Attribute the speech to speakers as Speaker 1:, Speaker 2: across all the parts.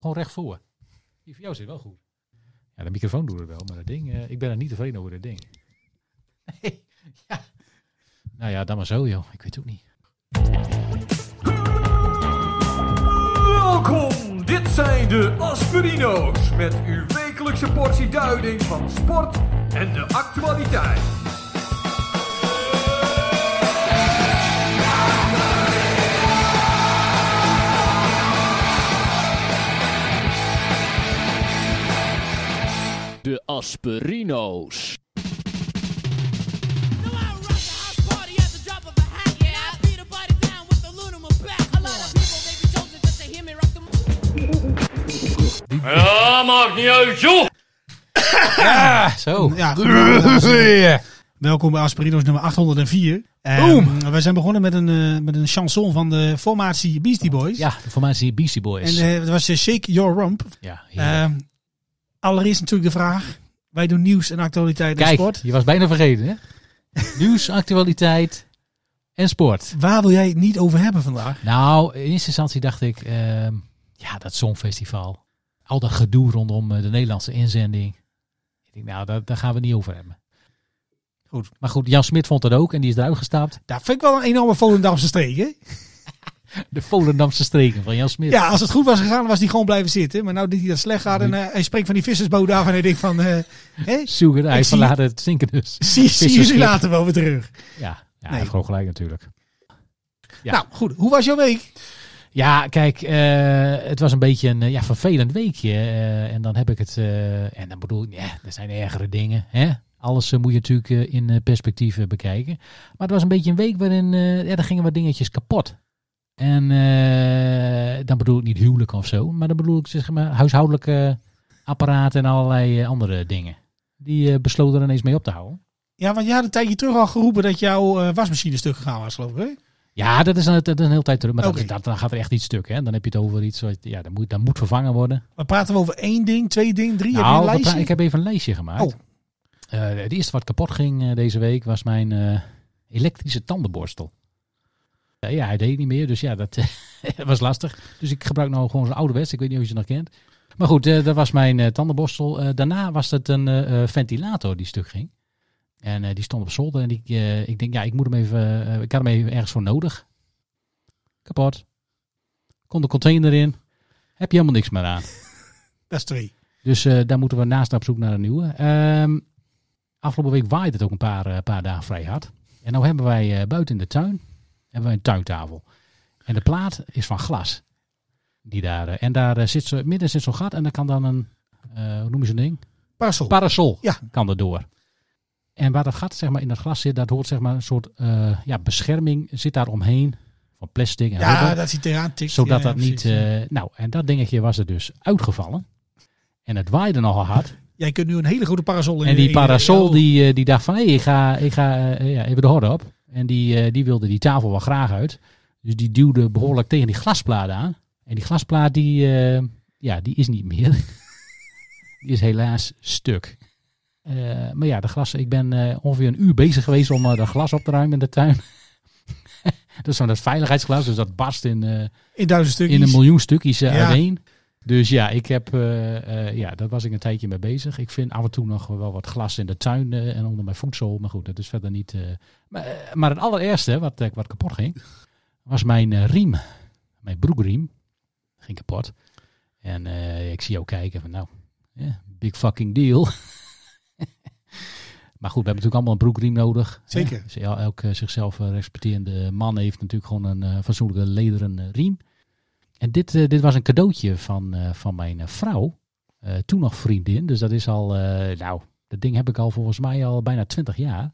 Speaker 1: Gewoon recht voor. Die voor jou zit wel goed. Ja, de microfoon doet het wel, maar dat ding, eh, ik ben er niet tevreden over dat ding. Nee, ja. Nou ja, dan maar zo joh, ik weet het ook niet.
Speaker 2: Welkom, dit zijn de Aspirino's met uw wekelijkse portie duiding van sport en de actualiteit.
Speaker 3: De Asperino's.
Speaker 4: Now I rock the house party at the drop of a hat. Yeah, I beat a body down with the aluminum back. A lot of people they be chosen just to hear me rock the.
Speaker 1: Ah, zo.
Speaker 5: Ja, goedemorgen, dames en heren. Welkom bij Aspirino's nummer 804. Boom. we zijn begonnen met een, eh, met een chanson van de formatie Beastie Boys.
Speaker 1: Ja, de formatie Beastie
Speaker 5: En
Speaker 1: Boys.
Speaker 5: eh, het was eh, Shake Your Rump.
Speaker 1: ja, heerlijk.
Speaker 5: Ehm allereerst natuurlijk de vraag. Wij doen nieuws en actualiteit en
Speaker 1: Kijk,
Speaker 5: sport.
Speaker 1: je was bijna vergeten hè. Nieuws, actualiteit en sport.
Speaker 5: Waar wil jij het niet over hebben vandaag?
Speaker 1: Nou, in eerste instantie dacht ik, ehm, ja, dat Songfestival. Al dat gedoe rondom eh, de Nederlandse inzending. Ik denk, nou, daar, daar gaan we het niet over hebben.
Speaker 5: Goed.
Speaker 1: Maar goed, Jan Smit vond dat ook en die is eruit gestapt.
Speaker 5: Daar vind ik wel een enorme Volendamse streek, hè?
Speaker 1: De Volendamse streken van Jan Smit.
Speaker 5: Ja, als het goed was gegaan, was hij gewoon blijven zitten. Maar nou deed hij dat slecht gaat en eh, hij spreekt van die vissersboot af en hij denkt van... eh hè?
Speaker 1: Zoek het uit,
Speaker 5: zie-
Speaker 1: verlaten het zinken dus.
Speaker 5: Zie, zie jullie
Speaker 1: Vissersschip.
Speaker 5: later wel weer terug.
Speaker 1: Ja, ja
Speaker 5: Nee.
Speaker 1: gewoon gelijk natuurlijk. Ja.
Speaker 5: Nou, goed. Hoe was jouw week?
Speaker 1: Ja, kijk, eh, het was een beetje een eh, ja, vervelend weekje. eh, en dan heb ik het. eh, en dan bedoel ik, ja, er zijn ergere dingen. Hè? Alles eh, moet je natuurlijk eh, in eh, perspectief eh, bekijken. Maar het was een beetje een week waarin eh ja, er gingen wat dingetjes kapot. En eh, dan bedoel ik niet huwelijk of zo, maar dan bedoel ik zeg maar huishoudelijke apparaten en allerlei eh, andere dingen. Die eh, besloten er ineens mee op te houden.
Speaker 5: Ja, want je had een tijdje terug al geroepen dat jouw eh, wasmachine stuk gegaan was, geloof ik. Hè?
Speaker 1: Ja, dat is een, dat is een hele tijd terug. Maar
Speaker 5: Oké.
Speaker 1: dat, dat, dan gaat er echt iets stuk. Hè? Dan heb je het over iets wat ja, dat, moet, dat moet vervangen worden.
Speaker 5: Maar praten we over één ding, twee ding, drie? heb je
Speaker 1: Nou,
Speaker 5: een
Speaker 1: we pra-
Speaker 5: lijstje?
Speaker 1: ik heb even een lijstje gemaakt.
Speaker 5: Oh.
Speaker 1: Eh, het eerste wat kapot ging eh, deze week was mijn eh, elektrische tandenborstel. Eh, ja, hij deed niet meer, dus ja, dat eh, was lastig. Dus ik gebruik nou gewoon zo'n ouderwets, ik weet niet of je ze nog kent. Maar goed, eh, dat was mijn eh, tandenborstel. Eh, daarna was het een eh, eh, ventilator die stuk ging. En eh, die stond op zolder en die, eh, ik denk, ja, ik moet hem even, eh, ik had hem even ergens voor nodig. Kapot. Kon de container in. Heb je helemaal niks meer aan.
Speaker 5: Dat is twee.
Speaker 1: Dus eh, daar moeten we naast op zoek naar een nieuwe. Ehm, afgelopen week waaide het ook een paar, eh, paar dagen vrij hard. En nou hebben wij eh, buiten in de tuin hebben wij een tuintafel. En de plaat is van glas. Die daar, eh, en daar eh, zit zo, midden zit zo'n gat en daar kan dan een, eh, hoe noem je zo'n ding?
Speaker 5: Parcel.
Speaker 1: Parasol
Speaker 5: Ja.
Speaker 1: kan er door. En waar dat gat zeg maar, in dat glas zit, dat hoort zeg maar, een soort eh, ja, bescherming zit daar omheen. Van plastic en rubber.
Speaker 5: ja, dat hij eraan tikt.
Speaker 1: Zodat
Speaker 5: Ja,
Speaker 1: dat
Speaker 5: precies.
Speaker 1: niet... eh, nou, en dat dingetje was er dus uitgevallen. En het waaide nogal hard.
Speaker 5: Jij kunt nu een hele goede parasol in
Speaker 1: En die
Speaker 5: in-
Speaker 1: parasol
Speaker 5: oh.
Speaker 1: die, eh, die dacht van... Hé, ik ga, ik ga eh, ja, even de horde op. En die, eh, die wilde die tafel wel graag uit. Dus die duwde behoorlijk tegen die glasplaat aan. En die glasplaat die... eh, ja, die is niet meer. die is helaas stuk. Eh, maar ja, de glas... Ik ben eh, ongeveer een uur bezig geweest om eh, dat glas op te ruimen in de tuin. dat is van dat veiligheidsglas. Dus dat barst in... eh,
Speaker 5: In duizend stukjes.
Speaker 1: in een miljoen stukjes eh,
Speaker 5: Ja.
Speaker 1: uiteen. Dus ja, ik heb, eh, eh, ja, daar was ik een tijdje mee bezig. Ik vind af en toe nog wel wat glas in de tuin eh, en onder mijn voedsel. Maar goed, dat is verder niet. eh, maar, eh, maar het allereerste wat, eh, wat kapot ging, was mijn eh, riem. Mijn broekriem ging kapot. En eh, ik zie jou kijken van nou, ja, big fucking deal. maar goed, we hebben natuurlijk allemaal een broekriem nodig.
Speaker 5: Zeker.
Speaker 1: Dus el- elk eh, zichzelf eh, respecterende man heeft natuurlijk gewoon een eh, fatsoenlijke lederen eh, riem. En dit, eh, dit was een cadeautje van, eh, van mijn eh, vrouw. Eh, toen nog vriendin. Dus dat is al, eh, nou, dat ding heb ik al volgens mij al bijna twintig jaar.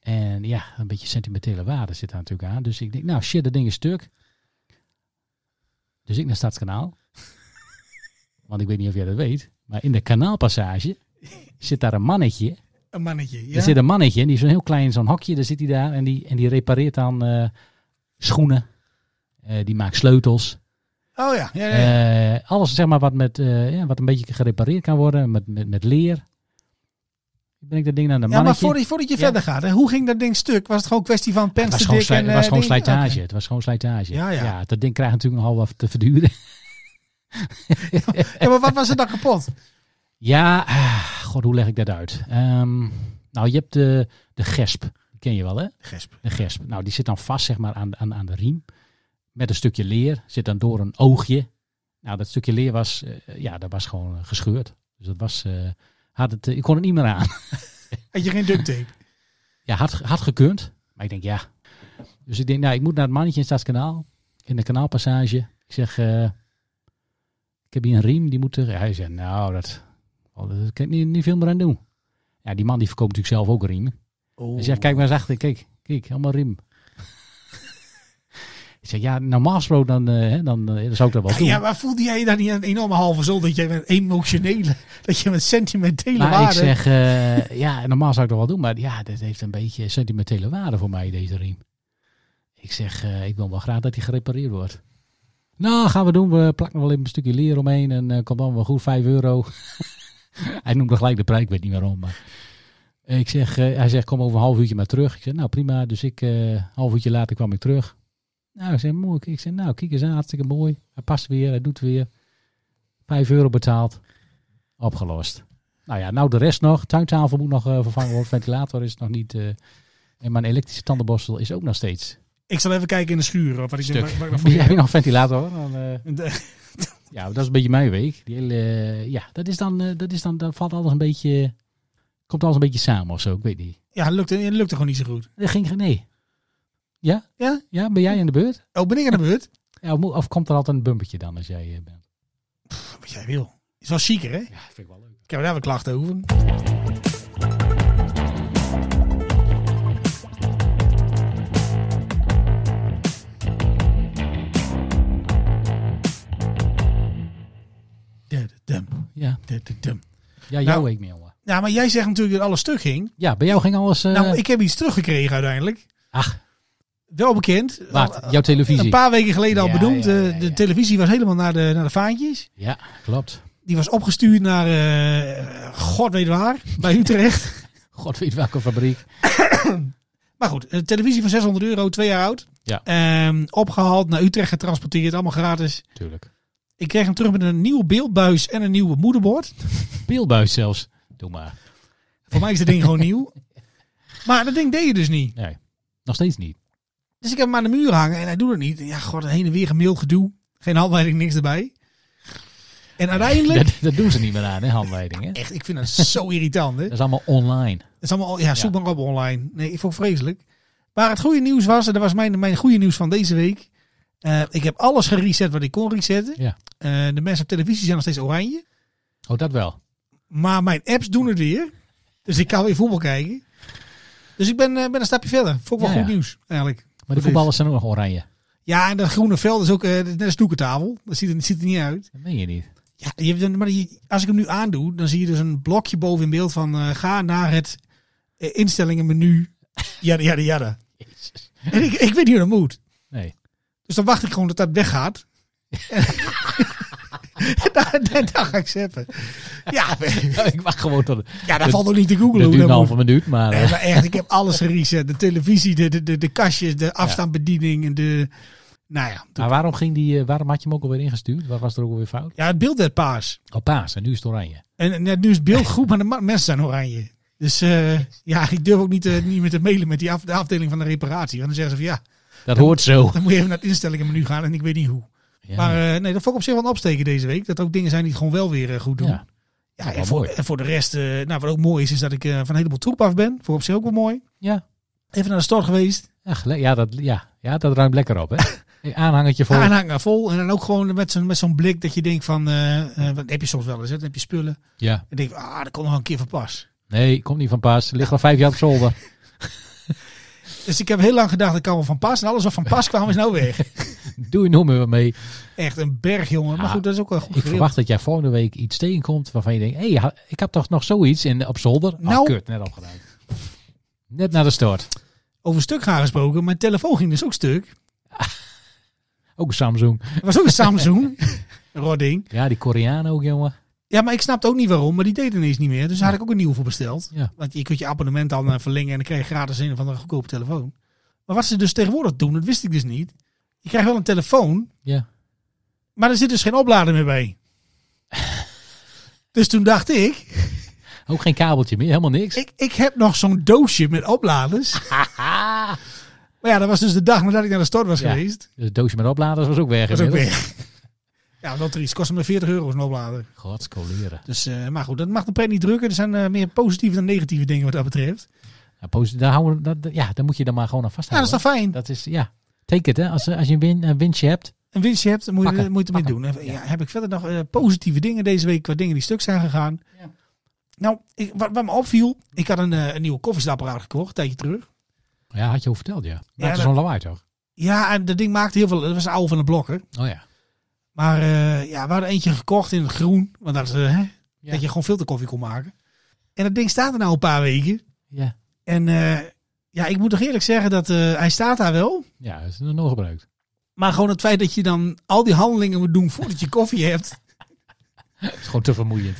Speaker 1: En ja, een beetje sentimentele waarde zit daar natuurlijk aan. Dus ik denk, nou shit, dat ding is stuk. Dus ik naar Stadskanaal. Want ik weet niet of jij dat weet. Maar in de kanaalpassage zit daar een mannetje.
Speaker 5: Een mannetje. Ja?
Speaker 1: Er zit een mannetje en die is een heel klein zo'n hokje. Daar zit hij daar en die, en die repareert dan eh, schoenen. Eh, die maakt sleutels.
Speaker 5: Oh ja. ja, ja.
Speaker 1: Eh, alles zeg maar wat, met, eh, ja, wat een beetje gerepareerd kan worden, met, met, met leer. Ben ik dat ding naar de
Speaker 5: ja, maar
Speaker 1: mannetje.
Speaker 5: voordat, voordat je
Speaker 1: Ja.
Speaker 5: verder gaat, hè, hoe ging dat ding stuk? Was het gewoon kwestie van pens
Speaker 1: het was
Speaker 5: te
Speaker 1: gewoon,
Speaker 5: dik
Speaker 1: slij-
Speaker 5: en,
Speaker 1: het
Speaker 5: eh,
Speaker 1: was gewoon
Speaker 5: ding-
Speaker 1: slijtage.
Speaker 5: Oké.
Speaker 1: Het was gewoon slijtage.
Speaker 5: Ja, ja.
Speaker 1: dat ding krijgt natuurlijk nogal wat te verduren.
Speaker 5: Ja, maar wat was er dan kapot?
Speaker 1: Ja, ah, god, hoe leg ik dat uit? Ehm, nou, je hebt de, de gesp. Die ken je wel, hè?
Speaker 5: Gesp.
Speaker 1: De gesp. Nou, die zit dan vast zeg maar, aan, aan, aan de riem. Met een stukje leer. Zit dan door een oogje. Nou, dat stukje leer was, eh, ja, dat was gewoon eh, gescheurd. Dus dat was, eh, had het, eh, ik kon het niet meer aan.
Speaker 5: Had je geen duct tape?
Speaker 1: Ja, had, had gekund. Maar ik denk, ja. Dus ik denk, nou, ik moet naar het mannetje in Stadskanaal. In de kanaalpassage. Ik zeg, eh, ik heb hier een riem, die moet er... Hij zegt, nou, dat, wel, dat kan ik niet, niet veel meer aan doen. Ja, die man die verkoopt natuurlijk zelf ook riemen. Hij zegt, kijk maar eens achter, kijk, kijk, allemaal riem. ik zeg, ja, normaal gesproken dan, eh, hè, dan, eh, dan zou ik dat wel doen.
Speaker 5: Ja, maar voelde jij je dan niet een enorme halve zol dat jij met emotionele, dat je met sentimentele
Speaker 1: Maar ik
Speaker 5: waarde...
Speaker 1: zeg, eh, ja, normaal zou ik dat wel doen, maar ja, dit heeft een beetje sentimentele waarde voor mij, deze riem. Ik zeg, eh, ik wil wel graag dat die gerepareerd wordt. Nou, gaan we doen. We plakken wel even een stukje leer omheen en eh, komt dan wel goed, 5 euro. hij noemde gelijk de prijs, ik weet niet waarom. Maar. Ik zeg, eh, hij zegt, kom over een half uurtje maar terug. Ik zeg, nou prima. Dus ik, eh half uurtje later kwam ik terug. Nou, ik zeg, mooi. Ik zeg, nou, kijk eens aan, hartstikke mooi. Hij past weer, hij doet weer. 5 euro betaald. Opgelost. Nou ja, nou de rest nog. Tuintafel moet nog eh, vervangen worden. Ventilator is nog niet. eh, en mijn elektrische tandenborstel is ook nog steeds.
Speaker 5: Ik zal even kijken in de schuur. Of wat ik
Speaker 1: Stuk.
Speaker 5: Denk, wat, wat ik nog voor
Speaker 1: Heb
Speaker 5: je
Speaker 1: je nog een ventilator? Dan, eh,
Speaker 5: De-
Speaker 1: ja, dat is een beetje mijn week. Die hele, eh, ja, dat is dan, eh, dat is dan, dat valt alles een beetje, komt alles een beetje samen of zo. Ik weet niet.
Speaker 5: Ja, het lukte, het lukte gewoon niet zo goed.
Speaker 1: Dat ging geen- nee. Ja?
Speaker 5: Ja?
Speaker 1: Ja, ben jij aan de beurt?
Speaker 5: Oh, ben ik aan de beurt?
Speaker 1: Ja, of, moet- of komt er altijd een bumpertje dan als jij eh, bent?
Speaker 5: Pff, Wat jij wil. Is wel chiquer, hè?
Speaker 1: Ja, vind ik wel leuk.
Speaker 5: Ik heb daar wel klachten over. Dum,
Speaker 1: Ja,
Speaker 5: dum, dum.
Speaker 1: ja jouw
Speaker 5: Nou.
Speaker 1: week mee, jongen.
Speaker 5: Ja, maar jij zegt natuurlijk dat alles stuk ging.
Speaker 1: Ja, bij jou ging alles... eh,
Speaker 5: Nou, ik heb iets teruggekregen uiteindelijk.
Speaker 1: Ach,
Speaker 5: Wel bekend.
Speaker 1: wacht, jouw televisie.
Speaker 5: Nou, Een paar weken geleden al
Speaker 1: Ja,
Speaker 5: bedoemd.
Speaker 1: ja,
Speaker 5: Eh,
Speaker 1: ja, ja.
Speaker 5: De televisie was helemaal naar de, naar de vaantjes.
Speaker 1: Ja, klopt.
Speaker 5: Die was opgestuurd naar, eh, god weet waar, bij Utrecht.
Speaker 1: God weet welke fabriek.
Speaker 5: maar goed, een televisie van 600 euro, twee jaar oud.
Speaker 1: Ja.
Speaker 5: Ehm, opgehaald, naar Utrecht getransporteerd, allemaal gratis.
Speaker 1: Tuurlijk.
Speaker 5: Ik kreeg hem terug met een nieuw beeldbuis en een nieuwe moederbord.
Speaker 1: Beeldbuis zelfs. Doe maar.
Speaker 5: Voor mij is dat ding gewoon nieuw. Maar dat ding deed je dus niet.
Speaker 1: Nee, nog steeds niet.
Speaker 5: Dus ik heb hem aan de muur hangen en hij doet het niet. Ja, god, heen en weer gemaild gedoe. Geen handleiding, niks erbij. En uiteindelijk...
Speaker 1: Dat, dat doen ze niet meer aan, hè, handleidingen.
Speaker 5: Echt, ik vind dat zo irritant, hè?
Speaker 1: Dat is allemaal online.
Speaker 5: Het is allemaal, ja, zoek maar op online. Nee, ik vond het vreselijk. Maar het goede nieuws was, en dat was mijn, mijn goede nieuws van deze week. eh, ik heb alles gereset wat ik kon resetten.
Speaker 1: Ja.
Speaker 5: Eh, de mensen op televisie zijn nog steeds oranje.
Speaker 1: Oh, dat wel.
Speaker 5: Maar mijn apps doen het weer. Dus ik kan weer voetbal kijken. Dus ik ben, eh, ben een stapje verder. Vond ik wel
Speaker 1: Ja,
Speaker 5: goed
Speaker 1: ja.
Speaker 5: nieuws, eigenlijk.
Speaker 1: Maar de voetballers zijn ook nog oranje.
Speaker 5: Ja, en dat groene veld is ook eh, net een snoekertafel. Dat ziet er, ziet er niet uit.
Speaker 1: Dat meen je niet.
Speaker 5: Ja, je hebt, een- maar je- als ik hem nu aandoe, dan zie je dus een blokje boven in beeld van eh, ga naar het eh, instellingenmenu. Jada, jada, jada. En ik, ik weet niet hoe dat moet.
Speaker 1: Nee.
Speaker 5: Dus dan wacht ik gewoon dat dat weggaat. en dan, dan, dan ga ik zeppen. Ja,
Speaker 1: ik wacht gewoon tot...
Speaker 5: ja dat
Speaker 1: Dat-
Speaker 5: valt ook niet te googlen.
Speaker 1: Dat
Speaker 5: hoe
Speaker 1: duurt een
Speaker 5: dat
Speaker 1: halve
Speaker 5: moet.
Speaker 1: minuut, maar...
Speaker 5: Nee,
Speaker 1: eh,
Speaker 5: maar echt, ik heb alles gereset. De televisie, de, de, de, de kastjes, de afstandsbediening en de... Nou ja, de-
Speaker 1: maar waarom, ging die, eh, waarom had je hem ook alweer ingestuurd? Waar was er ook alweer fout?
Speaker 5: ja, het beeld werd paars.
Speaker 1: Oh, paas. En nu is het oranje.
Speaker 5: En, en ja, nu is het beeld goed, maar de ma- mensen zijn oranje. Dus eh, ja, ik durf ook niet, eh, niet meer te mailen met die af, de afdeling van de reparatie. Want dan zeggen ze van ja,
Speaker 1: Dat hoort zo.
Speaker 5: dan moet je even naar het instellingenmenu gaan en ik weet niet hoe.
Speaker 1: Ja.
Speaker 5: Maar eh, nee, dat vond ik op zich wel een opsteken deze week. Dat er ook dingen zijn die het gewoon wel weer eh, goed doen.
Speaker 1: ja.
Speaker 5: Ja,
Speaker 1: wel
Speaker 5: en, voor,
Speaker 1: mooi.
Speaker 5: en voor de rest, eh, nou, wat ook mooi is, is dat ik eh, van een heleboel troep af ben. Voor op zich ook wel mooi.
Speaker 1: Ja.
Speaker 5: Even naar de stort geweest,
Speaker 1: Ja, gele- ja, dat, ja. ja, dat ruimt lekker op, hè? Een Aanhangertje vol.
Speaker 5: aanhanger vol. En dan ook gewoon met zo'n met zo'n blik dat je denkt van, eh eh, wat heb je soms wel eens, hè? dan heb je spullen. En
Speaker 1: Ja.
Speaker 5: dan denk je, ah, dat kon nog een keer van pas.
Speaker 1: Nee, komt niet van paas. Ligt al vijf jaar op zolder.
Speaker 5: Dus ik heb heel lang gedacht, dat kan wel van pas. En alles wat van pas kwam is nou weg.
Speaker 1: Doe je nog meer mee.
Speaker 5: Echt een berg, jongen. Maar
Speaker 1: Ja,
Speaker 5: goed, dat is ook wel goed.
Speaker 1: Ik
Speaker 5: geregeld.
Speaker 1: verwacht dat jij volgende week iets tegenkomt waarvan je denkt... Hé, hey, ha- ik heb toch nog zoiets in, op zolder? Oh,
Speaker 5: Nou.
Speaker 1: kut. Net opgeruimd. Net naar de stort.
Speaker 5: Over stuk gaan gesproken. Mijn telefoon ging dus ook stuk.
Speaker 1: Ook Samsung.
Speaker 5: Het was ook een Samsung. Een Rot ding.
Speaker 1: Ja, die Koreanen ook, jongen.
Speaker 5: Ja, maar ik snapte ook niet waarom. Maar die deed ineens niet meer. Dus daar had ik ook een nieuw voor besteld.
Speaker 1: Ja.
Speaker 5: Want je kunt je abonnement dan eh, verlengen. En dan krijg je gratis een van een goedkope telefoon. Maar wat ze dus tegenwoordig doen, dat wist ik dus niet. Je krijgt wel een telefoon.
Speaker 1: Ja.
Speaker 5: Maar er zit dus geen oplader meer bij. dus toen dacht ik,
Speaker 1: Ook geen kabeltje meer, helemaal niks.
Speaker 5: ik, ik heb nog zo'n doosje met opladers.
Speaker 1: Haha.
Speaker 5: Maar ja, dat was dus de dag nadat ik naar de stort was
Speaker 1: Ja.
Speaker 5: geweest.
Speaker 1: Dus het doosje met opladers was ook weg.
Speaker 5: Dat was ook
Speaker 1: inmiddels.
Speaker 5: weg. Ja, dat er iets kostte me 40 euro een oplader.
Speaker 1: Godskoleren.
Speaker 5: Dus, eh, maar goed, dat mag de pret niet drukken. Er zijn eh, meer positieve dan negatieve dingen wat dat betreft.
Speaker 1: Ja, posit- Nou, daar houden, we- dat, dat- ja, daar moet je dan maar gewoon aan
Speaker 5: Ja, dat is
Speaker 1: vasthouden.
Speaker 5: toch fijn?
Speaker 1: dat is, ja. Take it, hè. Als, eh, als je een, win, een winstje hebt.
Speaker 5: Een winstje hebt, dan moet je,
Speaker 1: Pakken,
Speaker 5: moet je ermee doen. En, Ja, heb ik verder nog eh, positieve dingen deze week qua dingen die stuk zijn gegaan? Nou, ik, wat, wat me opviel, ik had een, eh, een nieuwe koffiezetapparaat gekocht, een tijdje terug.
Speaker 1: Ja, had je al verteld, ja. Maakte
Speaker 5: dat-
Speaker 1: zo'n lawaai, toch?
Speaker 5: Ja, en dat ding maakte heel veel, dat was een oude van de blokker.
Speaker 1: Oh ja.
Speaker 5: Maar eh, ja, we hadden eentje gekocht in het groen, want dat, is, eh, hè,
Speaker 1: Ja.
Speaker 5: dat je gewoon filterkoffie kon maken. En dat ding staat er nou een paar weken.
Speaker 1: Ja.
Speaker 5: En eh, ja, ik moet toch eerlijk zeggen dat eh, hij staat daar wel.
Speaker 1: Ja, dat is nog nooit gebruikt.
Speaker 5: Maar gewoon het feit dat je dan al die handelingen moet doen voordat je koffie hebt.
Speaker 1: Het is gewoon te vermoeiend.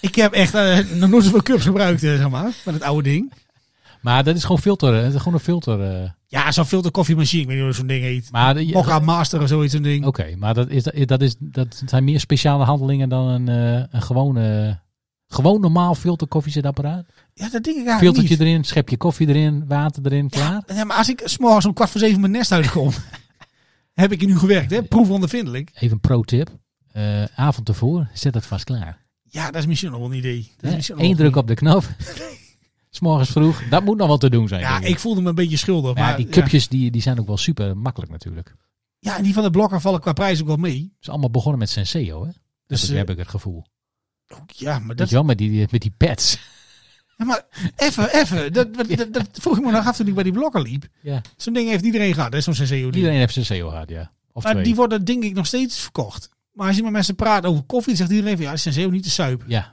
Speaker 5: Ik heb echt eh, nog nooit zoveel cups gebruikt, eh, zeg maar, met het oude ding.
Speaker 1: maar dat is gewoon filter. Het is gewoon een filter. eh.
Speaker 5: Ja, zo'n filterkoffiemachine, ik weet niet hoe zo'n ding heet.
Speaker 1: Maar eh, de-
Speaker 5: Mokka Master of zoiets, zo'n ding.
Speaker 1: Oké, maar dat, is, dat, is, dat zijn meer speciale handelingen dan een, eh, een gewone, gewoon normaal filter koffiezetapparaat.
Speaker 5: Ja, dat ding ga ik
Speaker 1: Filtertje
Speaker 5: Ah, niet.
Speaker 1: erin, schepje koffie erin, water erin, klaar.
Speaker 5: Ja, maar als ik s'morgens om kwart voor zeven mijn nest uitkom, heb ik er nu gewerkt, hè? Proefondervindelijk.
Speaker 1: Even pro tip. Eh, avond ervoor, zet dat vast klaar.
Speaker 5: Ja, dat is misschien nog wel een idee. Dat is
Speaker 1: Hè,
Speaker 5: misschien nog
Speaker 1: Eén
Speaker 5: wel een
Speaker 1: druk op de knop. S'morgens vroeg. Dat moet nog wel te doen zijn.
Speaker 5: Ja,
Speaker 1: denk ik.
Speaker 5: ik voelde me een beetje schuldig.
Speaker 1: Maar
Speaker 5: Maar
Speaker 1: ja, die cupjes Die, die zijn ook wel super makkelijk natuurlijk. Het
Speaker 5: Ja, en die van de blokker vallen qua prijs ook wel mee.
Speaker 1: is allemaal begonnen met Senseo, hè? Dus
Speaker 5: Dus,
Speaker 1: heb, ik-
Speaker 5: eh,
Speaker 1: heb ik het gevoel.
Speaker 5: Ook- Ja, maar
Speaker 1: Dat
Speaker 5: dat...
Speaker 1: je wel, met die, die- met die pads.
Speaker 5: Ja, maar even, even. Dat, dat, dat, dat vroeg ik me nog af toen ik bij die blokker liep.
Speaker 1: Ja.
Speaker 5: Zo'n ding heeft iedereen gehad, hè? Zo'n CCO ding.
Speaker 1: Iedereen heeft Senseo gehad, ja. Of
Speaker 5: Maar
Speaker 1: twee.
Speaker 5: die worden denk ik nog steeds verkocht. Maar als je met mensen praat over koffie, zegt iedereen van ja, Senseo niet te suipen.
Speaker 1: Ja.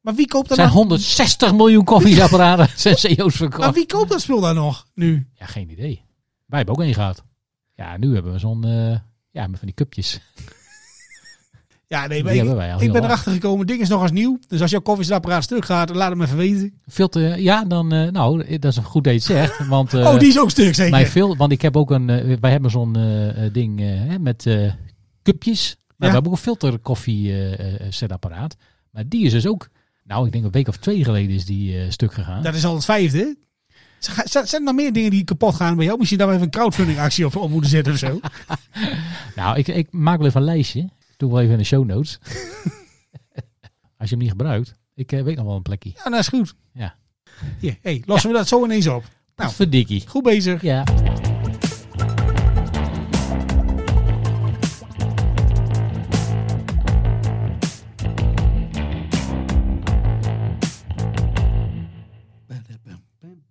Speaker 5: Maar wie koopt
Speaker 1: Er
Speaker 5: dat
Speaker 1: zijn
Speaker 5: nou?
Speaker 1: 160 miljoen koffieapparaten Senseo's verkocht.
Speaker 5: Maar wie koopt dat spul dan nog nu?
Speaker 1: Ja, geen idee. Wij hebben ook één gehad. Ja, nu hebben we zo'n... eh, ja, met van die cupjes.
Speaker 5: Ja, nee,
Speaker 1: Die
Speaker 5: maar ik,
Speaker 1: hebben wij al
Speaker 5: ik
Speaker 1: heel
Speaker 5: ben
Speaker 1: lang.
Speaker 5: erachter gekomen. Ding is nog als nieuw. Dus als jouw koffiezetapparaat stuk gaat, laat het me even weten.
Speaker 1: Filter, ja, dan... eh, nou, dat is een goed dat je het zegt. Want, eh,
Speaker 5: oh, die is ook stuk zeker.
Speaker 1: mijn fil, want ik heb ook een... eh, wij hebben zo'n eh, eh, ding eh, hè, met eh, cupjes. Maar we
Speaker 5: Ja.
Speaker 1: hebben ook een filterkoffie eh, eh, zetapparaat. Maar die is dus ook... Nou, ik denk een week of twee geleden is die eh, stuk gegaan.
Speaker 5: Dat is al het vijfde. hè? Z- ga- z- Zijn er nog meer dingen die kapot gaan bij jou? Misschien daar we even een crowdfunding actie op, op moeten zetten of zo.
Speaker 1: Nou, ik, ik maak wel even een lijstje. Ik doe wel even in de show notes. Als je hem niet gebruikt. Ik eh, weet nog wel een plekje.
Speaker 5: Ja, dat is goed.
Speaker 1: Ja.
Speaker 5: Hier, hey, lossen we dat zo ineens op. Nou.
Speaker 1: Verdikkie.
Speaker 5: Goed bezig.
Speaker 1: Ja.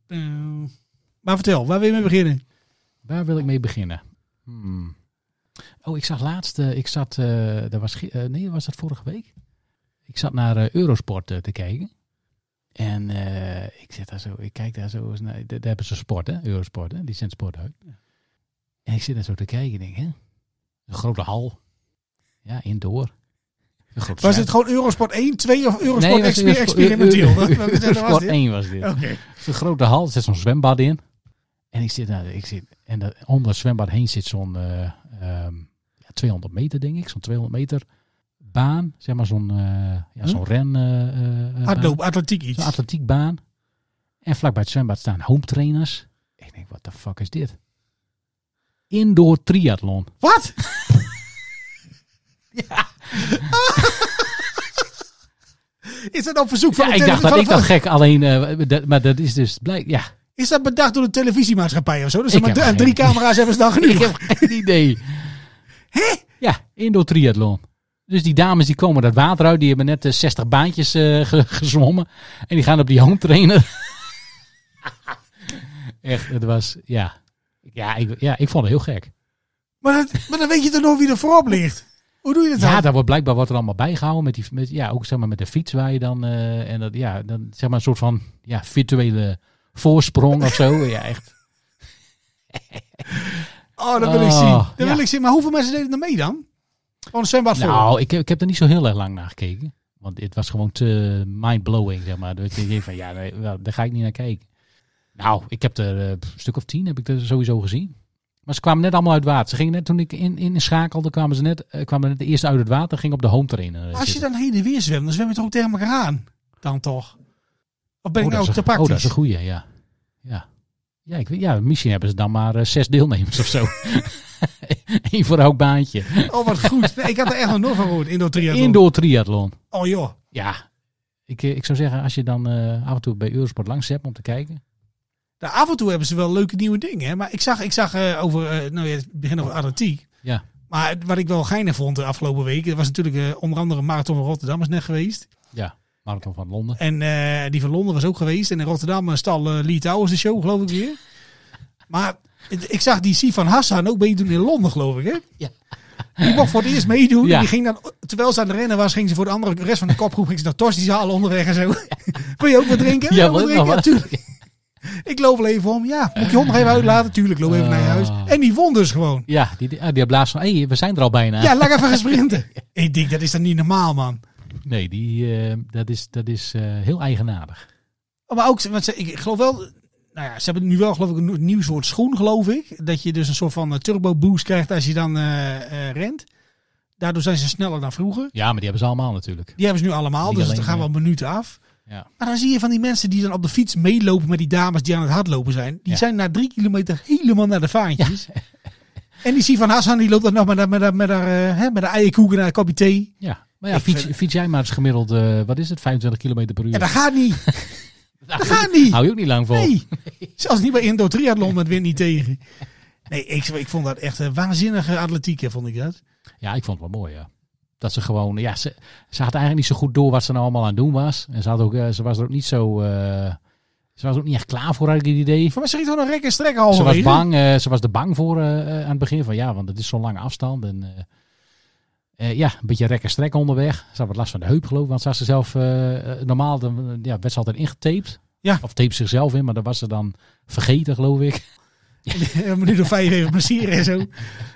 Speaker 1: eh,
Speaker 5: Maar vertel, waar wil je mee beginnen?
Speaker 1: Waar wil ik mee beginnen? Hmm. Oh, ik zag laatst, eh, ik zat, eh dat was, gi- eh, nee, was dat vorige week? Ik zat naar eh, Eurosport eh, te kijken. En eh, ik, zit daar zo, ik kijk daar zo eens naar. Daar daar hebben ze sport, hè? Eurosport, hè? Die zendt sport uit. En ik zit daar zo te kijken en denk, hè? Een grote hal. Ja, indoor. Een groot
Speaker 5: Was
Speaker 1: zwem-
Speaker 5: het gewoon Eurosport 1, 2 of Eurosport
Speaker 1: Nee, het was
Speaker 5: exper-
Speaker 1: Eurosport-
Speaker 5: experimenteel? Wat- wat- wat was
Speaker 1: Eurosport
Speaker 5: dit?
Speaker 1: 1 was dit.
Speaker 5: Oké.
Speaker 1: Het is een grote hal, er zit zo'n zwembad in. En ik zit, nou, ik zit en dat, om dat zwembad heen zit zo'n eh, ehm, ja, 200 meter, denk ik. Zo'n 200 meter baan, zeg maar zo'n eh ja,
Speaker 5: Huh?
Speaker 1: zo'n ren. eh, eh, eh,
Speaker 5: Hardloop, atletiek iets.
Speaker 1: Zo'n atletiekbaan. En vlakbij het zwembad staan home trainers. Ik denk, wat de fuck is dit? Indoor triathlon.
Speaker 5: Wat? Is dat op verzoek van
Speaker 1: Ja,
Speaker 5: de
Speaker 1: ik dacht
Speaker 5: tele-
Speaker 1: dat
Speaker 5: van-
Speaker 1: ik dat
Speaker 5: van-
Speaker 1: gek alleen, eh, dat- maar dat is dus blijk. Ja,
Speaker 5: Is dat bedacht door de televisiemaatschappij of zo? Dus
Speaker 1: Ik
Speaker 5: maar
Speaker 1: heb
Speaker 5: aan
Speaker 1: geen
Speaker 5: drie
Speaker 1: idee.
Speaker 5: camera's hebben ze dan
Speaker 1: ik
Speaker 5: genoeg.
Speaker 1: heb geen idee. Ja, indoor triathlon. Dus die dames die komen dat water uit. Die hebben net eh, 60 baantjes eh, ge- gezwommen. En die gaan op die home trainer. Echt, het was, ja. Ja ik, ja, ik vond het heel gek.
Speaker 5: Maar, dat- maar dan weet je toch nog wie er voorop ligt? Hoe doe je dat dan?
Speaker 1: Ja, daar wordt blijkbaar wordt er allemaal bijgehouden. Met die, met, ja, ook zeg maar met de fiets waar je dan... eh, en dat, ja, dan zeg maar een soort van ja, virtuele voorsprong of zo. Ja, echt.
Speaker 5: Oh, dat wil ik
Speaker 1: Oh,
Speaker 5: zien. Dat wil
Speaker 1: ja.
Speaker 5: ik zien. Maar hoeveel mensen deden er mee dan? Gewoon een zwembad vol.
Speaker 1: Nou, ik heb, ik heb er niet zo heel erg lang naar gekeken. Want het was gewoon te mind-blowing, zeg maar. Dat je denkt van, ja, nee, wel, daar ga ik niet naar kijken. Nou, ik heb er eh, een stuk of tien heb ik er sowieso gezien. Maar ze kwamen net allemaal uit water. Ze gingen net, toen ik in, in schakelde, kwamen ze net, eh, kwamen net de eerste uit het water, gingen op de home trainer. eh,
Speaker 5: Als je
Speaker 1: zitten.
Speaker 5: dan heen en weer zwemt, dan zwem je toch ook tegen elkaar aan? Dan toch? Of ben ik
Speaker 1: oh, dat
Speaker 5: nou
Speaker 1: is
Speaker 5: te
Speaker 1: een- Oh, dat is
Speaker 5: praktisch?
Speaker 1: een goeie, ja. Ja, ja, ik, weet- ja misschien hebben ze dan maar eh, zes deelnemers of zo. Eén voor elk baantje.
Speaker 5: oh, wat goed. Nee, ik had er echt nog nooit van gehoord. Indoor triathlon.
Speaker 1: Indoor triathlon.
Speaker 5: Oh joh.
Speaker 1: Ja, ik, eh, ik zou zeggen, als je dan eh, af en toe bij Eurosport langs hebt om te kijken.
Speaker 5: Nou, af en toe hebben ze wel leuke nieuwe dingen. Hè? Maar ik zag, ik zag eh, over, eh, nou ja, het begin over atletiek.
Speaker 1: Ja.
Speaker 5: Maar het- wat ik wel geinig vond de afgelopen weken, dat was natuurlijk eh, onder andere Marathon van Rotterdam is net geweest.
Speaker 1: Ja, Marathon van Londen.
Speaker 5: En eh, die van Londen was ook geweest. En in Rotterdam eh, stal eh, Lee Towers de show, geloof ik weer. Maar het- ik zag die Sifan Hassan ook meedoen in Londen, geloof ik. Hè?
Speaker 1: Ja.
Speaker 5: Die mocht voor het eerst meedoen.
Speaker 1: Ja.
Speaker 5: Die ging dan, terwijl ze aan het rennen was, ging ze voor de andere de rest van de kopgroep ging ze naar Tos, die zaal onderweg en zo. Wil je ook wat drinken? Wil je
Speaker 1: wil
Speaker 5: ook
Speaker 1: ik
Speaker 5: wat drinken?
Speaker 1: nog
Speaker 5: Ja,
Speaker 1: wat?
Speaker 5: tuurlijk. Ik loop wel even om. Ja, moet ik je hond nog even uitlaten? Tuurlijk, loop even naar je huis.
Speaker 1: Ah.
Speaker 5: En die won dus gewoon.
Speaker 1: Ja, die, die, ah, die blaast van, hé, hey, we zijn er al bijna.
Speaker 5: Ja, lang even gaan sprinten. Ik denk, dat is dan niet normaal, man.
Speaker 1: Nee, die, eh, dat is, dat is eh, heel eigenaardig.
Speaker 5: Oh, Maar ook, want ze, ik geloof wel, nou ja, ze hebben nu wel geloof ik een no- nieuw soort schoen, geloof ik. Dat je dus een soort van eh, turbo boost krijgt als je dan eh, eh, rent. Daardoor zijn ze sneller dan vroeger.
Speaker 1: Ja, maar die hebben ze allemaal natuurlijk.
Speaker 5: Die hebben ze nu allemaal,
Speaker 1: Niet
Speaker 5: dus er
Speaker 1: alleen,
Speaker 5: gaan
Speaker 1: ja.
Speaker 5: wel minuten af.
Speaker 1: Ja.
Speaker 5: Maar dan zie je van die mensen die dan op de fiets meelopen met die dames die aan het hardlopen zijn. Die
Speaker 1: Ja.
Speaker 5: zijn na drie kilometer helemaal naar de vaantjes. En die zie van Hassan, die loopt dan nog met haar, met haar, met haar, eh, hè, met haar eierkoeken naar een kopje thee.
Speaker 1: Ja, maar ja,
Speaker 5: Ik
Speaker 1: fiets,
Speaker 5: vind-
Speaker 1: fiets jij maar eens gemiddeld, eh, wat is het, 25 km per uur?
Speaker 5: Ja, dat gaat niet.
Speaker 1: Nou,
Speaker 5: dat gaat niet.
Speaker 1: Hou je ook niet lang vol.
Speaker 5: Nee. Zelfs niet bij Indo Triathlon, dat wint niet tegen. Nee, ik, ik vond dat echt een waanzinnige atletiek, hè, vond ik dat.
Speaker 1: Ja, ik vond het wel mooi, ja. Dat ze gewoon, ja, ze, ze had eigenlijk niet zo goed door wat ze nou allemaal aan het doen was. En ze, had ook, eh, ze was er ook niet zo, eh, ze was er ook niet echt klaar voor, had ik het idee.
Speaker 5: Voor mij schiet gewoon een rek en strek
Speaker 1: Ze was
Speaker 5: halverwege.
Speaker 1: bang, eh, ze was er bang voor eh, eh, aan het begin van ja, want het is zo'n lange afstand. En eh, eh, ja, een beetje rek en strek onderweg. Ze had wat last van de heup geloof ik, want ze had zichzelf eh, eh, normaal dan, eh, ja, werd ze altijd ingetaped.
Speaker 5: Ja.
Speaker 1: Of tape zichzelf in, maar dat was ze dan vergeten geloof ik.
Speaker 5: Een minuut of vijf even masseren en zo.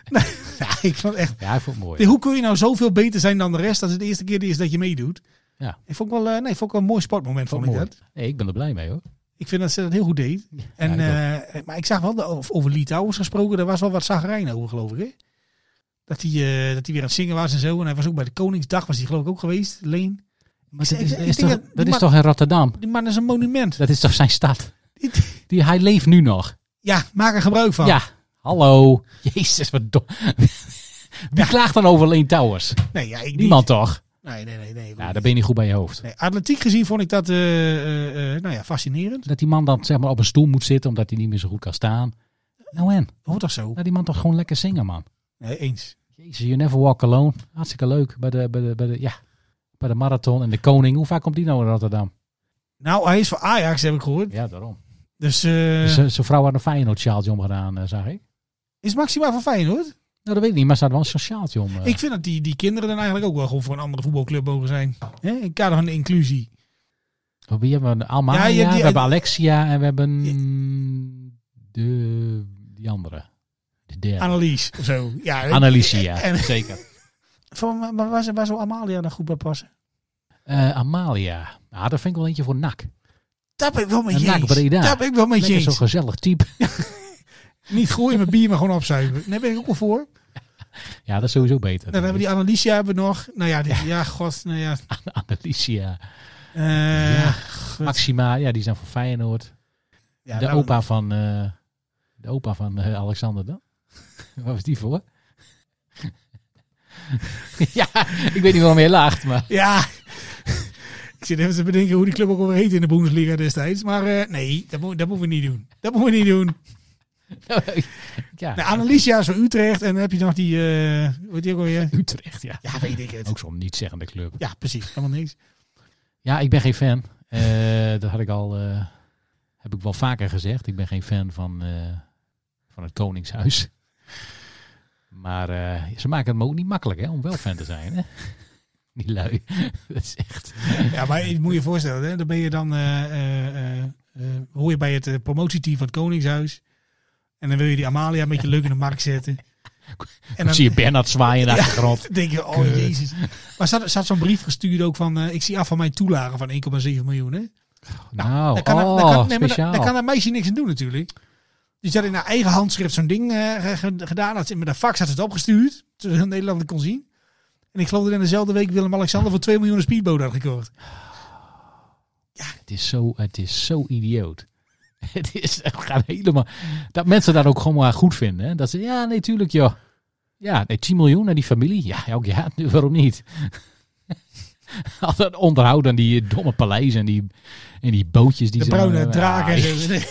Speaker 5: Nou, ja, ik vond echt...
Speaker 1: Ja, ik vond het mooi.
Speaker 5: Hoe kun je nou zoveel beter zijn dan de rest als het de eerste keer is dat je meedoet?
Speaker 1: Ja.
Speaker 5: Ik vond het wel, eh, nee, vond ik wel een mooi sportmoment, vond
Speaker 1: Vond
Speaker 5: ik
Speaker 1: het mooi.
Speaker 5: dat.
Speaker 1: Nee, ik ben er blij mee hoor.
Speaker 5: Ik vind dat ze dat heel goed deed. En,
Speaker 1: ik ook.
Speaker 5: eh, maar ik zag wel, de- of over Lee Towers gesproken, daar was wel wat zagrijn over, geloof ik. Hè? Dat hij eh, dat hij weer aan het zingen was en zo. En hij was ook bij de Koningsdag, was hij geloof ik ook geweest, Leen.
Speaker 1: Maar
Speaker 5: Ik- eh,
Speaker 1: dat is,
Speaker 5: ik-
Speaker 1: dat
Speaker 5: ik
Speaker 1: is
Speaker 5: denk
Speaker 1: toch,
Speaker 5: dat die
Speaker 1: dat is
Speaker 5: man-
Speaker 1: toch in Rotterdam?
Speaker 5: Die man is een monument.
Speaker 1: Dat is toch zijn stad? Die, hij leeft nu nog.
Speaker 5: Ja, maak er gebruik van.
Speaker 1: Ja, hallo. Jezus, wat dom. Wie klaagt dan over Leen Towers?
Speaker 5: Nee, ja, ik niet.
Speaker 1: Niemand toch?
Speaker 5: Nee, nee, nee. nee,
Speaker 1: Ja, daar ben je niet goed bij je hoofd.
Speaker 5: nee. Atletiek gezien vond ik dat eh, eh, eh, nou ja, fascinerend.
Speaker 1: Dat die man dan zeg maar op een stoel moet zitten omdat hij niet meer zo goed kan staan. Nou en,
Speaker 5: Hoort toch zo?
Speaker 1: laat die man toch gewoon lekker zingen man.
Speaker 5: Nee, eens.
Speaker 1: Jezus, you never walk alone. Hartstikke leuk bij de, bij de, bij de, ja, bij de marathon en de koning. Hoe vaak komt die nou in Rotterdam?
Speaker 5: Nou, hij is voor Ajax, heb ik gehoord.
Speaker 1: Ja, daarom.
Speaker 5: Dus eh,
Speaker 1: Zijn vrouw had een Feyenoord sjaaltje omgedaan, eh, zag ik.
Speaker 5: is Maxima van Feyenoord?
Speaker 1: Nou, dat weet ik niet, maar ze had wel een soort sjaaltje om. eh.
Speaker 5: Ik vind dat die, die kinderen dan eigenlijk ook wel gewoon voor een andere voetbalclub mogen zijn. Hè? In het kader van de inclusie.
Speaker 1: Oh, Wie hebben we? Almaria,
Speaker 5: Ja, je hebt die-
Speaker 1: we hebben Alexia en we hebben de, die andere. De derde.
Speaker 5: Annelies of zo. Ja, hè?
Speaker 1: Annalicia,
Speaker 5: en-
Speaker 1: zeker.
Speaker 5: Voor, maar maar waar, zou- waar zou Amalia dan goed bij passen?
Speaker 1: Eh, Amalia. Ah, dat vind ik wel eentje voor nak.
Speaker 5: Oh, Dat ben ik wel met
Speaker 1: Een
Speaker 5: je
Speaker 1: naak
Speaker 5: eens.
Speaker 1: Breda.
Speaker 5: Dat ben ik wel met je
Speaker 1: Lekker zo'n
Speaker 5: eens.
Speaker 1: gezellig type.
Speaker 5: Niet gooien met bier, maar gewoon opzuigen. Daar ben ik ook wel voor.
Speaker 1: Ja, dat is sowieso beter.
Speaker 5: Dan hebben we die Anneliesja hebben we nog. Nou ja, die, ja, god, nou ja.
Speaker 1: Annalicia.
Speaker 5: Eh,
Speaker 1: Ja,
Speaker 5: goed.
Speaker 1: Maxima, ja, die zijn van Feyenoord.
Speaker 5: Ja,
Speaker 1: de,
Speaker 5: nou,
Speaker 1: opa van, eh, de opa van eh, Alexander dan? Waar was die voor? ja, ik weet niet waarom je lacht, maar...
Speaker 5: Ja. Ik zit even te bedenken hoe die club ook alweer heet in de Bundesliga destijds. Maar eh, nee, dat, moet, dat moeten we niet doen. Dat moeten we niet doen.
Speaker 1: ja,
Speaker 5: Nou, Anneliesja is van Utrecht. En dan heb je nog die, eh hoe heet die ook alweer?
Speaker 1: Utrecht, ja.
Speaker 5: Ja, weet ik het.
Speaker 1: Ook zo'n niet-zeggende club.
Speaker 5: Ja, precies. Helemaal niks.
Speaker 1: Ja, ik ben geen fan. Eh, dat had ik al, eh, heb ik wel vaker gezegd. Ik ben geen fan van, eh, van het Koningshuis. Maar eh, ze maken het me ook niet makkelijk hè, om wel fan te zijn. Hè? Niet lui. dat is echt.
Speaker 5: Ja, maar je moet je voorstellen. Hè, dan ben je dan, eh, eh, eh, eh, hoor je bij het eh, promotieteam van het Koningshuis. En dan wil je die Amalia een beetje leuk in de markt zetten. En
Speaker 1: Dan zie je Bernard zwaaien naar de grond.
Speaker 5: Dan denk je, oh
Speaker 1: Kut.
Speaker 5: jezus. Maar zat, zat zo'n brief gestuurd ook van, eh, ik zie af van mijn toelage van 1,7 miljoen. Hè?
Speaker 1: Nou,
Speaker 5: Daar kan,
Speaker 1: oh,
Speaker 5: daar, kan, nee, maar daar-
Speaker 1: speciaal.
Speaker 5: daar kan dat meisje niks aan doen natuurlijk. Dus die had in haar eigen handschrift zo'n ding eh, ge- ge- gedaan. Had, ze- met een fax had ze het opgestuurd. Zodat heel Nederland het kon zien. En ik geloof dat in dezelfde week Willem-Alexander voor 2 miljoen een speedboot had gekocht.
Speaker 1: Het is zo, het is zo idioot. Het, is, het gaat helemaal... Dat mensen dat ook gewoon maar goed vinden. Hè? Dat ze, ja, nee, tuurlijk, joh. Ja, nee, 10 miljoen naar die familie. Ja, ja, ook ja, nu, waarom niet? Al dat onderhoud aan die domme paleizen en die, en die bootjes. Die
Speaker 5: De
Speaker 1: ze dan
Speaker 5: bruine
Speaker 1: hebben.
Speaker 5: draak. en
Speaker 1: Ah,
Speaker 5: zo. Nee.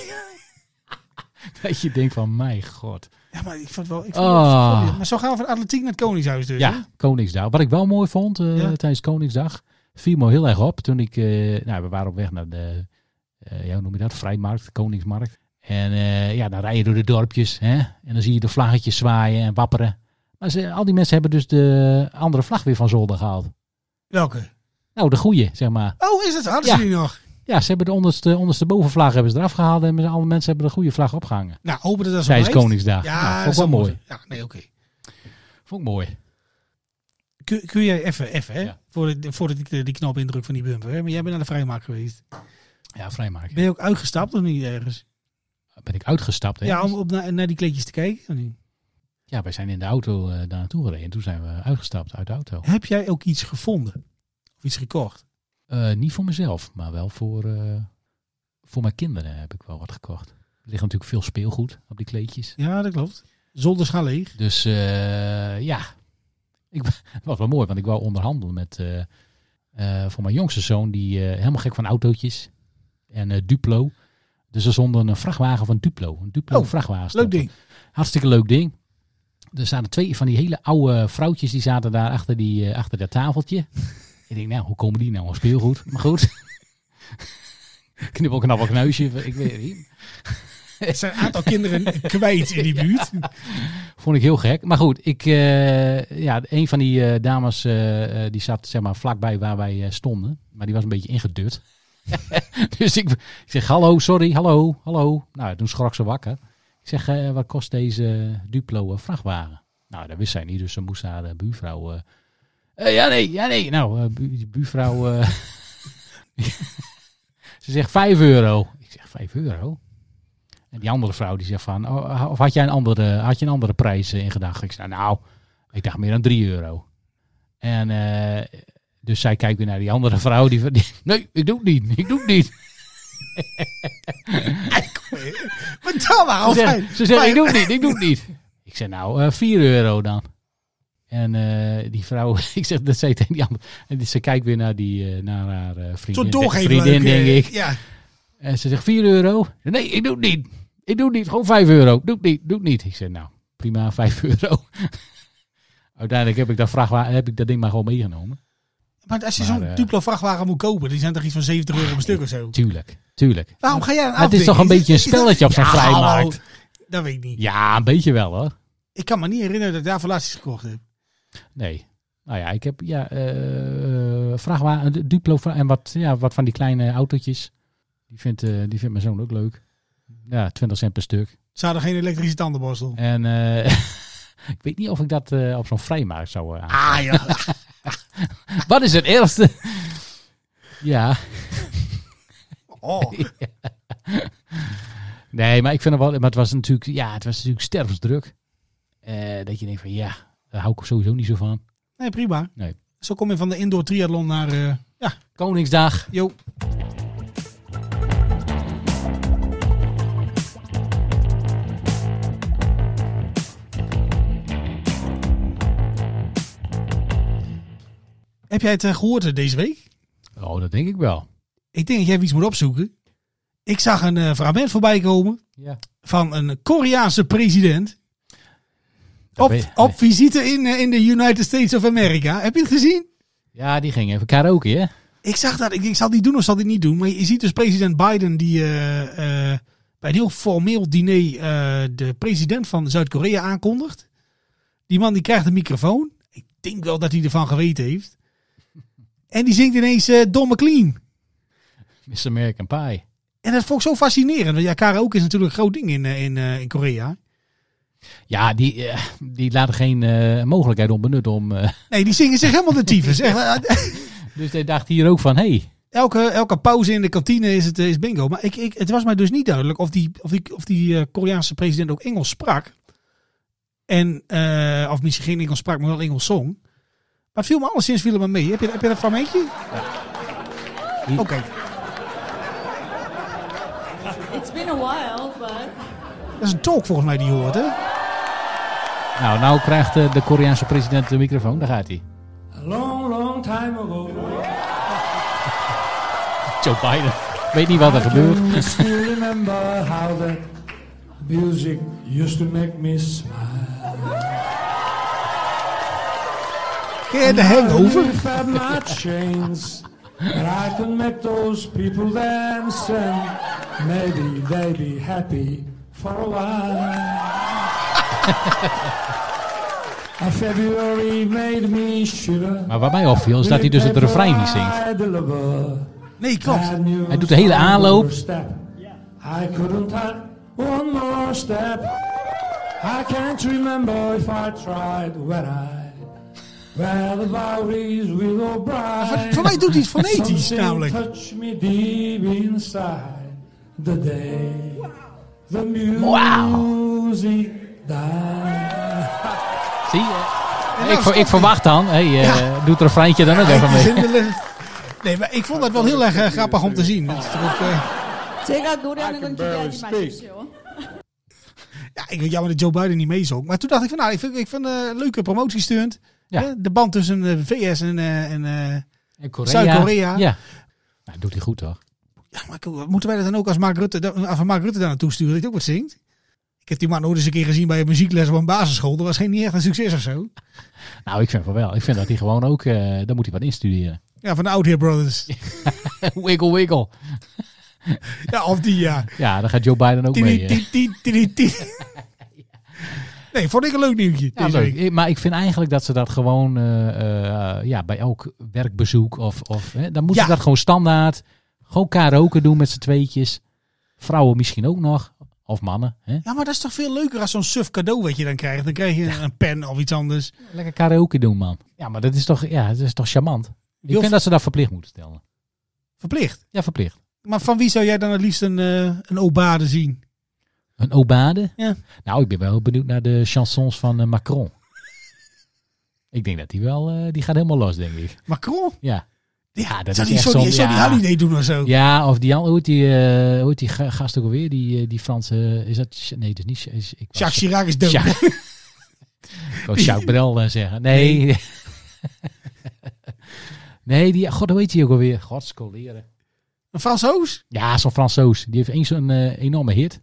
Speaker 1: dat je denkt van, mijn god.
Speaker 5: Ja, maar ik vond wel... Ik vond
Speaker 1: Ah.
Speaker 5: wel- maar zo gaan we van atletiek naar het Koningshuis dus. hè?
Speaker 1: Ja, Koningsdag. Wat ik wel mooi vond eh,
Speaker 5: Ja.
Speaker 1: tijdens Koningsdag, viel me heel erg op toen ik, eh, nou we waren op weg naar de, eh ja, hoe noem je dat, Vrijmarkt, Koningsmarkt. En eh, ja, dan rij je door de dorpjes hè? en dan zie je de vlaggetjes zwaaien en wapperen. Maar ze, al die mensen hebben dus de andere vlag weer van zolder gehaald.
Speaker 5: Welke?
Speaker 1: Nou, de goede, zeg maar.
Speaker 5: Oh, is dat? Hadden
Speaker 1: Ja.
Speaker 5: ze die nog?
Speaker 1: Ja, ze hebben de onderste, onderste bovenvlag hebben ze eraf gehaald en met alle mensen hebben de goede vlag opgehangen.
Speaker 5: Nou, hopen dat dat zo
Speaker 1: Tijdens
Speaker 5: blijft.
Speaker 1: Koningsdag.
Speaker 5: Ja,
Speaker 1: Ja,
Speaker 5: dat
Speaker 1: Nou, vond ik wel
Speaker 5: zal
Speaker 1: mooi.
Speaker 5: moeten. Ja, nee, oké.
Speaker 1: Vond ik mooi.
Speaker 5: Kun, kun jij even, even hè?
Speaker 1: Ja.
Speaker 5: Voordat, voordat ik de- die knop indruk van die bumper. Hè? Maar jij bent naar de vrijmarkt geweest.
Speaker 1: Ja, vrijmaken.
Speaker 5: Ben je ook uitgestapt of niet ergens?
Speaker 1: Ben ik uitgestapt. Hè?
Speaker 5: Ja, om op naar, naar die kleedjes te kijken. of niet?
Speaker 1: Ja, wij zijn in de auto eh, daar naartoe gereden. En toen zijn we uitgestapt uit de auto.
Speaker 5: Heb jij ook iets gevonden? Of iets gekocht?
Speaker 1: Eh, niet voor mezelf, maar wel voor, eh, voor mijn kinderen heb ik wel wat gekocht. Er ligt natuurlijk veel speelgoed op die kleedjes.
Speaker 5: Ja, dat klopt. Zolders gaan leeg.
Speaker 1: Dus eh, ja, ik, was wel mooi, want ik wou onderhandelen met eh, eh, voor mijn jongste zoon, die eh, helemaal gek van autootjes en eh, Duplo. Dus er stond een vrachtwagen van Duplo. Een Duplo
Speaker 5: Oh,
Speaker 1: vrachtwagen. stond
Speaker 5: Leuk
Speaker 1: er.
Speaker 5: ding.
Speaker 1: Hartstikke leuk ding. Er zaten twee van die hele oude vrouwtjes die zaten daar achter, die, eh, achter dat tafeltje. Ik denk, nou, hoe komen die nou aan speelgoed? Maar goed. Knippel, knappel, kneusje. Ik weet het niet.
Speaker 5: Er zijn een aantal kinderen kwijt in die buurt.
Speaker 1: Vond ik heel gek. Maar goed, ik, eh, ja, een van die eh, dames eh, eh, die zat zeg maar, vlakbij waar wij eh, stonden. Maar die was een beetje ingedut. dus ik, ik zeg, hallo, sorry, hallo, hallo. Nou, toen schrok ze wakker. Ik zeg, eh, wat kost deze Duplo eh, vrachtwagen? Nou, dat wist zij niet, dus ze moest haar eh, buurvrouw... eh, eh, ja, nee, ja, nee. Nou, eh, bu- die buurvrouw... eh, ze zegt 5 euro. Ik zeg, 5 euro? En die andere vrouw die zegt van, oh, of had jij een andere, had je een andere prijs eh, in gedachten? Ik zei, nou, ik dacht meer dan 3 euro. En eh, dus zij kijkt weer naar die andere vrouw. Die, die- nee, ik doe het niet, ik doe het niet.
Speaker 5: Maar dan maar,
Speaker 1: Ze
Speaker 5: al fijn.
Speaker 1: zegt, ze zegt, ik doe het niet, ik doe het niet. Ik zeg, nou, eh 4 euro dan. En eh, die vrouw, ik zeg, dat zei tegen die andere. En die- ze kijkt weer naar, die, eh, naar haar eh, vriendin.
Speaker 5: Zo'n doorgeven
Speaker 1: vriendin,
Speaker 5: leuk, eh,
Speaker 1: denk ik.
Speaker 5: Ja.
Speaker 1: En ze zegt 4 euro. Nee, ik doe het niet. Ik doe het niet. Gewoon 5 euro. Doe het niet. Doe het niet. Ik zeg nou, prima, 5 euro. Uiteindelijk heb ik, dat vraag, heb ik dat ding maar gewoon meegenomen.
Speaker 5: Maar als je
Speaker 1: Maar,
Speaker 5: zo'n
Speaker 1: eh,
Speaker 5: duplo vrachtwagen moet kopen, die zijn toch iets van 70 euro per stuk of zo?
Speaker 1: Tuurlijk, tuurlijk.
Speaker 5: Waarom ga jij een
Speaker 1: Maar het is toch een beetje een spelletje op zo'n vrijmarkt?
Speaker 5: Dat weet ik niet.
Speaker 1: Ja, een beetje wel hoor.
Speaker 5: Ik kan me niet herinneren dat ik daarvoor laatst iets gekocht heb.
Speaker 1: Nee. Nou ja, ik heb ja, eh eh, vrachtwagen, een Duplo vra- en wat, ja, wat van die kleine autootjes. Die vindt, eh, die vindt mijn zoon ook leuk. Ja, 20 cent per stuk.
Speaker 5: Ze hadden geen elektrische tandenborstel.
Speaker 1: En eh, ik weet niet of ik dat eh, op zo'n vrijmarkt zou eh, aan.
Speaker 5: Ah ja.
Speaker 1: Wat is het eerste? ja,
Speaker 5: Oh.
Speaker 1: nee, maar ik vind het wel. Maar het was natuurlijk, ja, het was natuurlijk stervensdruk. Eh, dat je denkt van ja, daar hou ik sowieso niet zo van.
Speaker 5: Nee, prima.
Speaker 1: Nee.
Speaker 5: Zo kom je van de indoor triathlon naar... eh, ja,
Speaker 1: Koningsdag.
Speaker 5: joh. Heb jij het eh, gehoord eh, deze week?
Speaker 1: Oh, dat denk ik wel.
Speaker 5: Ik denk dat jij even iets moet opzoeken. Ik zag een eh fragment voorbij komen
Speaker 1: Ja.
Speaker 5: van een Koreaanse president.
Speaker 1: Dat
Speaker 5: Op,
Speaker 1: weet-
Speaker 5: op visite in, eh, in de United States of America. Heb je het gezien?
Speaker 1: Ja, die ging even karaoke, hè?
Speaker 5: Ik zag dat. Ik, ik zal die doen of zal die niet doen. Maar je ziet dus president Biden die eh, eh, bij een heel formeel diner eh, de president van Zuid-Korea aankondigt. Die man die krijgt een microfoon. Ik denk wel dat hij ervan geweten heeft. En die zingt ineens eh Don McLean.
Speaker 1: Miss American Pie.
Speaker 5: En dat vond ik zo fascinerend. Want ja, karaoke is natuurlijk een groot ding in, eh, in, eh, in Korea.
Speaker 1: Ja, die, eh, die laten geen eh, mogelijkheid onbenut om. eh,
Speaker 5: Nee, die zingen zich helemaal de tyfus. Echt, eh,
Speaker 1: dus hij dacht hier ook van, hé, hey,
Speaker 5: elke, elke pauze in de kantine is het eh, is bingo. Maar ik, ik, het was mij dus niet duidelijk of die, of die, of die eh, Koreaanse president ook Engels sprak. En, eh, of misschien geen Engels sprak, maar wel Engels zong. Maar het viel me alleszins viel het me mee. Heb je, heb je dat fragmentje? Oké.
Speaker 6: It's been a while, but
Speaker 5: Dat is een talk volgens mij die je hoort, hè?
Speaker 1: Nou, nou krijgt eh, de Koreaanse president de microfoon. Daar gaat hij.
Speaker 7: Long, long time ago,
Speaker 1: Joe Biden. Weet niet wat er gebeurt.
Speaker 7: I still remember how that music used to make me smile.
Speaker 5: Ken je de hangover?
Speaker 7: If I had my chains, and I could make those people dance, and maybe they'd be happy for a while. A February made me shiver.
Speaker 1: Maar wat mij opviel is dat hij dus het refrein niet zingt.
Speaker 5: Nee, klopt.
Speaker 1: Hij doet de hele aanloop.
Speaker 7: I couldn't have one more step. I can't remember if I tried when I. Where the Bowery's willow bright.
Speaker 5: Voor mij doet hij het fonetisch
Speaker 7: Something
Speaker 5: namelijk.
Speaker 7: touched me deep inside the day. The music died.
Speaker 1: Zie je?
Speaker 5: En
Speaker 1: Ik,
Speaker 5: dan
Speaker 1: ver- ik verwacht dan. Hey, eh, Doe het refreintje dan ook even
Speaker 5: Die
Speaker 1: mee.
Speaker 5: zindelen. Nee, maar ik vond dat wel heel erg eh, grappig om te zien. Dat is toch ook, eh,
Speaker 6: 제가 노래하는 건 기대하지 마십시오.
Speaker 5: ja, ik vind het jammer dat Joe Biden niet meezong. Maar toen dacht ik van, nou, ik vind, ik vind eh, leuke promotiestunt.
Speaker 1: Ja.
Speaker 5: Hè, De band tussen de VS en... eh, en eh,
Speaker 1: En Korea.
Speaker 5: Zuid-Korea.
Speaker 1: Ja. Nou, doet hij goed toch?
Speaker 5: ja, maar k- moeten wij dat dan ook als Mark Rutte, dan- als we Mark Rutte daar naartoe sturen, dat hij ook wat zingt? Ik heb die man ooit eens een keer gezien bij een muziekles op een basisschool. Dat was geen niet echt een succes of zo.
Speaker 1: Nou, ik vind van wel. Ik vind dat hij gewoon ook. eh daar moet hij wat instuderen.
Speaker 5: Ja, van de Out Here Brothers.
Speaker 1: wiggle, wiggle.
Speaker 5: Ja, of die, ja.
Speaker 1: Ja, daar gaat Joe Biden ook mee.
Speaker 5: Tidi,
Speaker 1: eh.
Speaker 5: tidi, tidi, tidi. Nee, vond ik een leuk nieuwtje.
Speaker 1: Ja,
Speaker 5: deze
Speaker 1: leuk.
Speaker 5: week.
Speaker 1: Ik- Maar ik vind eigenlijk dat ze dat gewoon eh, eh, ja, bij elk werkbezoek of. of hè, dan moeten
Speaker 5: Ja.
Speaker 1: ze dat gewoon standaard. Gewoon karaoke doen met z'n tweetjes. Vrouwen misschien ook nog. Of mannen. Hè?
Speaker 5: Ja, maar dat is toch veel leuker als zo'n suf cadeau wat je dan krijgt. Dan krijg je een pen of iets anders.
Speaker 1: Lekker karaoke doen, man. Ja, maar dat is toch, ja, dat is toch charmant? Ik
Speaker 5: Wil-
Speaker 1: vind dat ze dat verplicht moeten stellen.
Speaker 5: Verplicht.
Speaker 1: Ja, verplicht.
Speaker 5: Maar van wie zou jij dan het liefst een, eh een obade zien?
Speaker 1: Een obade?
Speaker 5: Ja.
Speaker 1: Nou, ik ben wel benieuwd naar de chansons van eh, Macron. ik denk dat die wel, eh, die gaat helemaal los, denk ik.
Speaker 5: Macron?
Speaker 1: Ja. Ja, dat is
Speaker 5: zou die
Speaker 1: echt
Speaker 5: zo
Speaker 1: zo'n...
Speaker 5: die, zou die
Speaker 1: ja.
Speaker 5: Holiday doen of zo?
Speaker 1: Ja, of die, an- hoe heet die, eh, hoe heet die ga- gast ook alweer? Die, eh, die Franse, is dat, Ch- nee, dat is niet, Ch- is, ik
Speaker 5: Jacques Chirac is dood.
Speaker 1: Ja. Ik wou Jacques Brel eh, zeggen. Nee. Nee, die, god, hoe heet die ook alweer? Godskoleren.
Speaker 5: Een Fransoos?
Speaker 1: Ja, zo'n Fransoos. Die heeft eens zo'n eh, enorme hit.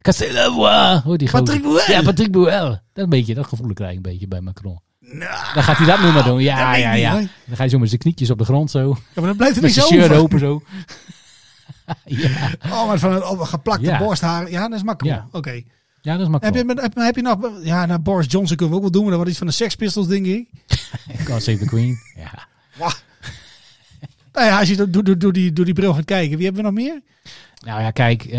Speaker 1: Castelua. Hoor die gozer.
Speaker 5: Patrick Bruel.
Speaker 1: Ja, Patrick Bruel. Dat, een beetje, dat gevoel krijg ik een beetje bij Macron.
Speaker 5: Nou,
Speaker 1: Dan gaat hij dat nummer doen.
Speaker 5: dat
Speaker 1: Ja,
Speaker 5: weet ik
Speaker 1: ja,
Speaker 5: niet,
Speaker 1: ja.
Speaker 5: hoor.
Speaker 1: Dan ga je zo met zijn knietjes op de grond zo.
Speaker 5: Ja, maar dan blijft er
Speaker 1: Met
Speaker 5: niks
Speaker 1: zijn shirt
Speaker 5: over.
Speaker 1: open zo. ja.
Speaker 5: Oh, maar van een op- geplakte
Speaker 1: Ja.
Speaker 5: borsthaar. Ja, dat is Macron.
Speaker 1: Ja. Oh.
Speaker 5: Oké.
Speaker 1: ja, dat is
Speaker 5: Heb, je,
Speaker 1: Macron.
Speaker 5: met- heb, heb je nog... Ja, nou, Boris Johnson kunnen we ook wel doen. Maar dat wordt iets van de Sex Pistols, denk ik.
Speaker 1: God save the queen. Ja.
Speaker 5: Wah. Nou ja, als je door, door, door- door die, door die bril gaat kijken. Wie hebben we nog meer?
Speaker 1: Nou ja, kijk. eh, we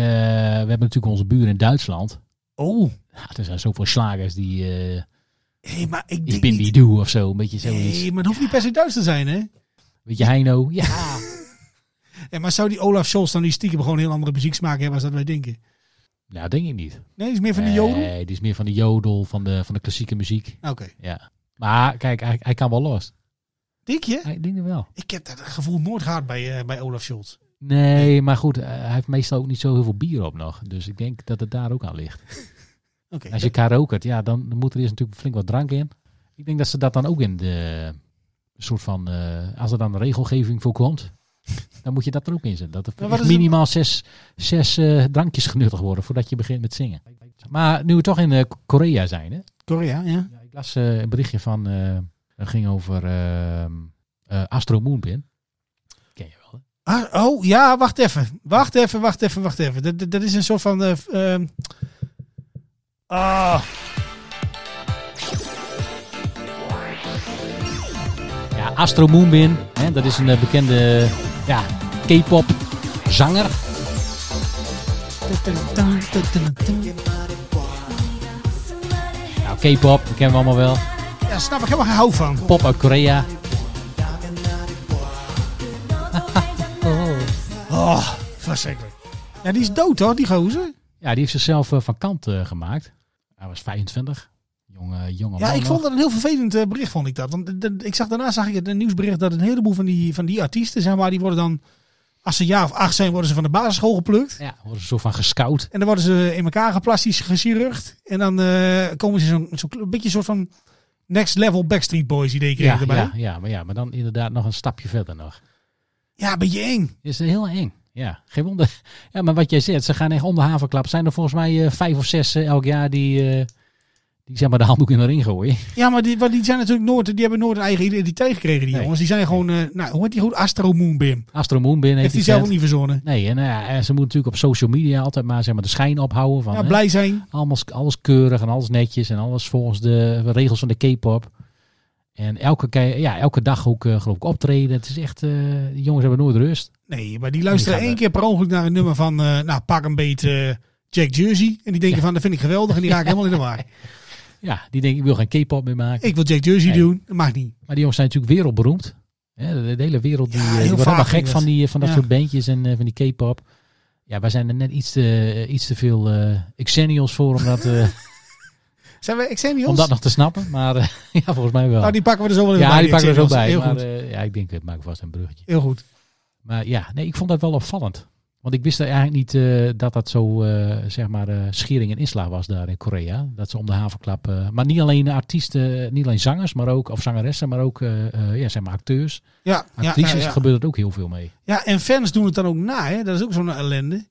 Speaker 1: hebben natuurlijk onze buren in Duitsland.
Speaker 5: Oh.
Speaker 1: Ja, er zijn zoveel slagers die... eh
Speaker 5: Hé, maar ik
Speaker 1: ik
Speaker 5: denk
Speaker 1: bin die
Speaker 5: niet...
Speaker 1: doe of zo. Een beetje zoiets.
Speaker 5: Nee, maar het hoeft niet per se Duits te zijn, hè?
Speaker 1: Weet je, Heino. Ja.
Speaker 5: Ah. Ja, maar zou die Olaf Scholz dan die stiekem gewoon een heel andere muzieksmaak hebben als dat wij denken?
Speaker 1: Nou, denk ik niet.
Speaker 5: Nee, is meer van de Joden? Ah,
Speaker 1: Nee, die is meer van de jodel, van de, van de klassieke muziek.
Speaker 5: Oké.
Speaker 1: Ja. Maar kijk, hij, hij kan wel los.
Speaker 5: Denk je?
Speaker 1: Ik denk het wel.
Speaker 5: Ik heb dat gevoel nooit gehad bij, eh, bij Olaf Scholz.
Speaker 1: Nee, maar goed, eh, hij heeft meestal ook niet zo heel veel bier op nog. Dus ik denk dat het daar ook aan ligt.
Speaker 5: Oké.
Speaker 1: Als je karaokert, ja, dan moet er eerst natuurlijk flink wat drank in. Ik denk dat ze dat dan ook in de soort van, eh, als er dan een regelgeving voor komt, dan moet je dat er ook in zetten. Dat
Speaker 5: Maar
Speaker 1: er
Speaker 5: wat
Speaker 1: echt
Speaker 5: is een-
Speaker 1: minimaal zes, zes eh, drankjes genuttigd worden voordat je begint met zingen. Maar nu we toch in eh, Korea zijn, hè?
Speaker 5: Korea, ja.
Speaker 1: Ja, ik las eh, een berichtje van. eh dat ging over eh, eh, Astro Moonpin. Ken je wel? Hè?
Speaker 5: Ah, oh, ja, wacht even. Wacht even, wacht even, wacht even. Dat, dat, dat is een soort van... eh, f- ehm, Ah,
Speaker 1: Ja, Astro Moonbin. Hè, dat is een eh, bekende ja, K-pop zanger. Nou, K-pop, dat kennen we allemaal wel.
Speaker 5: ja, snap ik helemaal geen hou van.
Speaker 1: Pop uit Korea.
Speaker 5: Oh, verschrikkelijk. Ja, die is dood hoor, die gozer.
Speaker 1: Ja, die heeft zichzelf eh, van kant eh, gemaakt. Hij was 25. Jonge, jonge
Speaker 5: Ja,
Speaker 1: man
Speaker 5: ik
Speaker 1: nog.
Speaker 5: vond dat een heel vervelend eh, bericht, vond ik dat. Want de- de- ik zag, daarna zag ik het nieuwsbericht dat een heleboel van die, van die artiesten, zeg maar, die worden dan, als ze een jaar of acht zijn, worden ze van de basisschool geplukt.
Speaker 1: Ja, worden ze zo van gescout.
Speaker 5: En dan worden ze in elkaar geplastisch gechirurgd. En dan eh, komen ze zo'n zo'n kle- beetje een soort van next level Backstreet Boys idee kregen
Speaker 1: Ja,
Speaker 5: erbij.
Speaker 1: ja,
Speaker 5: Ja.
Speaker 1: ja, maar ja, maar dan inderdaad nog een stapje verder nog.
Speaker 5: een beetje eng.
Speaker 1: Is heel eng. Ja, geen wonder. Ja, maar wat jij zegt, ze gaan echt om de havenklap. Zijn er volgens mij eh, vijf of zes eh, elk jaar die, eh, die zeg maar de handdoek in de ring gooien.
Speaker 5: Ja, maar die, maar die zijn natuurlijk nooit, die hebben nooit een eigen identiteit gekregen, die
Speaker 1: Nee.
Speaker 5: jongens. Die zijn gewoon, eh, nou, hoe heet die goed? Astro Moonbeam.
Speaker 1: Astro Moon binnen
Speaker 5: Heeft
Speaker 1: heeft
Speaker 5: hij
Speaker 1: die
Speaker 5: zelf ook
Speaker 1: vent.
Speaker 5: niet verzonnen.
Speaker 1: Nee, en nou ja, en ze moet natuurlijk op social media altijd maar, zeg maar de schijn ophouden. Van,
Speaker 5: Ja,
Speaker 1: hè,
Speaker 5: blij zijn.
Speaker 1: alles, alles keurig en alles netjes en alles volgens de regels van de K-pop. En elke, ke- ja, elke dag ook eh, geloof ik optreden. Het is echt, eh, die jongens hebben nooit rust.
Speaker 5: Nee, maar die luisteren
Speaker 1: Die gaan
Speaker 5: één keer per ongeluk naar een nummer van, eh, nou, pak een beet eh, Jack Jersey. En die denken van, dat vind ik geweldig. En die raken helemaal in de war.
Speaker 1: Ja, die denken ik wil geen K-pop meer maken.
Speaker 5: Ik wil Jack Jersey
Speaker 1: Nee.
Speaker 5: doen. Dat mag niet.
Speaker 1: Maar die jongens zijn natuurlijk wereldberoemd. Hè, de, de hele wereld die,
Speaker 5: Ja,
Speaker 1: eh,
Speaker 5: heel
Speaker 1: die wordt
Speaker 5: vaak
Speaker 1: helemaal
Speaker 5: ging
Speaker 1: gek van,
Speaker 5: dat.
Speaker 1: die, eh, van dat
Speaker 5: Ja.
Speaker 1: soort bandjes en eh, van die K-pop. Ja, wij zijn er net iets te, iets te veel eh Xenials voor om dat, eh,
Speaker 5: Zijn we Xenials?
Speaker 1: om dat nog te snappen. Maar eh, ja, volgens mij wel.
Speaker 5: Nou, die pakken we er zo wel in
Speaker 1: ja, die pakken we er zo bij.
Speaker 5: Heel
Speaker 1: maar
Speaker 5: goed.
Speaker 1: eh, ja, ik denk, het maakt vast een bruggetje.
Speaker 5: Heel goed.
Speaker 1: Maar ja, nee, ik vond dat wel opvallend. Want ik wist er eigenlijk niet eh, dat dat zo, eh, zeg maar, eh, schering en inslag was daar in Korea. Dat ze om de havenklap... eh, maar niet alleen artiesten, eh, niet alleen zangers, maar ook, of zangeressen, maar ook, eh, eh, ja, zeg maar, acteurs.
Speaker 5: Ja, ja,
Speaker 1: Actrices
Speaker 5: ja, ja.
Speaker 1: gebeurt er ook heel veel mee.
Speaker 5: Ja, en fans doen het dan ook na, hè? Dat is ook zo'n ellende.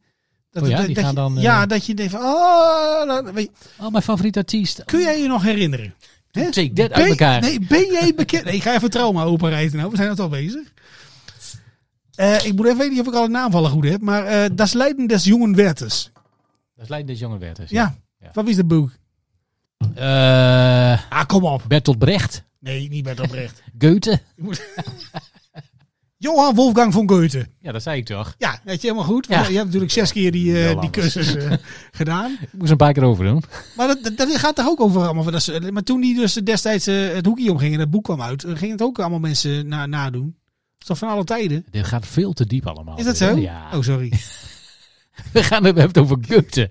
Speaker 5: Dat,
Speaker 1: Oh ja, die
Speaker 5: dat
Speaker 1: gaan
Speaker 5: je,
Speaker 1: dan, eh,
Speaker 5: ja, dat je denkt van, oh, nou, weet je,
Speaker 1: Oh, mijn favoriete artiest.
Speaker 5: kun jij je nog herinneren? Hè?
Speaker 1: Take that uit elkaar.
Speaker 5: Nee, ben jij bekend? Nee, ik ga even trauma openrijden nou, we zijn net al bezig. Eh, ik moet even weten of ik alle naamvallen goed heb, maar eh Das Leiden des Jungen Wertes.
Speaker 1: Dat lijkt des jonge werd.
Speaker 5: Ja,
Speaker 1: Ja.
Speaker 5: wat is dat boek?
Speaker 1: Eh,
Speaker 5: Ah, kom op.
Speaker 1: Bertolt Brecht.
Speaker 5: Nee, niet met oprecht.
Speaker 1: Goethe.
Speaker 5: Johan Wolfgang von Goethe.
Speaker 1: Ja, dat zei ik toch.
Speaker 5: Ja, dat je helemaal goed. want
Speaker 1: Ja.
Speaker 5: Je hebt natuurlijk zes keer die, eh,
Speaker 1: Heel
Speaker 5: die
Speaker 1: anders.
Speaker 5: cursus eh, gedaan.
Speaker 1: Ik moest een paar keer over doen.
Speaker 5: Maar dat, dat, dat gaat toch ook over allemaal. van Dat ze, maar toen die dus destijds eh, het hoekje omging en dat boek kwam uit, eh, ging het ook allemaal mensen na, nadoen. Dat is toch van alle tijden?
Speaker 1: Dit gaat veel te diep allemaal.
Speaker 5: Is dat
Speaker 1: weer,
Speaker 5: zo?
Speaker 1: hè? Ja.
Speaker 5: Oh, sorry.
Speaker 1: We gaan het we hebben het over Goethe.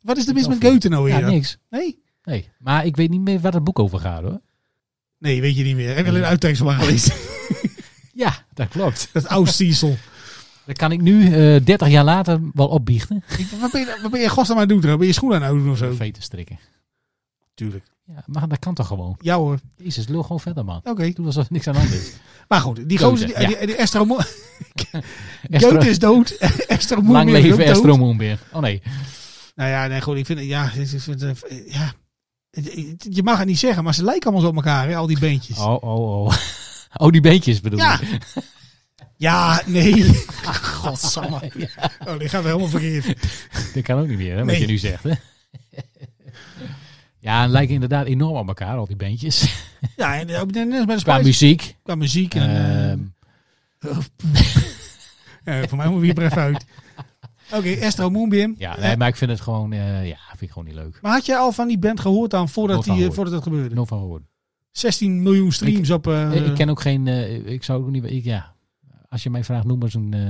Speaker 5: Wat is er mis met Goethe nou
Speaker 1: Ja,
Speaker 5: weer? dan?
Speaker 1: niks.
Speaker 5: nee?
Speaker 1: Nee. Maar ik weet niet meer waar het boek over gaat hoor.
Speaker 5: Nee, weet je niet meer. Heb je alleen een uittreksel gelezen?
Speaker 1: Ja, dat klopt.
Speaker 5: dat is Oud-Stiesel.
Speaker 1: Dat kan ik nu, eh 30 jaar later, wel opbiechten.
Speaker 5: Ik- wat, ben je- wat ben je gast aan het doen? trouwens? Ben je schoenen aan het doen of zo?
Speaker 1: Veten strikken.
Speaker 5: Tuurlijk.
Speaker 1: Ja, maar dat kan toch gewoon.
Speaker 5: Ja hoor.
Speaker 1: Jezus, lul gewoon verder man.
Speaker 5: Oké.
Speaker 1: Doe alsof er niks aan de hand is.
Speaker 5: Maar goed, die
Speaker 1: Goethe,
Speaker 5: gozer, die,
Speaker 1: ja.
Speaker 5: die, die Esther Mo-
Speaker 1: Estro-
Speaker 5: Goethe is dood. Esther Moon
Speaker 1: eh, Lang
Speaker 5: is ook
Speaker 1: leven
Speaker 5: dood.
Speaker 1: Estro Moonbeer. Oh nee.
Speaker 5: Nou ja, nee, goed. Ik vind, ja, ik vind, eh, ja. Je mag het niet zeggen, maar ze lijken allemaal zo op elkaar, hè, al die beentjes.
Speaker 1: Oh, oh, oh. Oh, die beentjes bedoel
Speaker 5: Ja.
Speaker 1: je?
Speaker 5: Ja, nee. Ah, Godsamme. Oh, die gaan we helemaal verkeerd.
Speaker 1: Dat kan ook niet meer, hè, wat
Speaker 5: Nee.
Speaker 1: je nu zegt. Hè? ja, en lijken inderdaad enorm op elkaar, al die bandjes.
Speaker 5: Ja, en eh, ook net als bij de
Speaker 1: Qua
Speaker 5: Spice.
Speaker 1: muziek.
Speaker 5: Qua muziek. En, eh,
Speaker 1: Ehm,
Speaker 5: eh, voor mij moet we hier even uit. Oké, Estro Moonbeam.
Speaker 1: ja, nee, maar ik vind het gewoon, eh, ja, vind ik gewoon niet leuk.
Speaker 5: Maar had jij al van die band gehoord aan voordat,
Speaker 1: Nooit van
Speaker 5: die, eh,
Speaker 1: gehoord.
Speaker 5: voordat dat gebeurde?
Speaker 1: Nog van horen.
Speaker 5: 16 miljoen streams op... eh,
Speaker 1: Eh, ik ken ook geen, eh, ik zou ook niet, ik, ja. Als je mij vraagt, noem eens een, eh,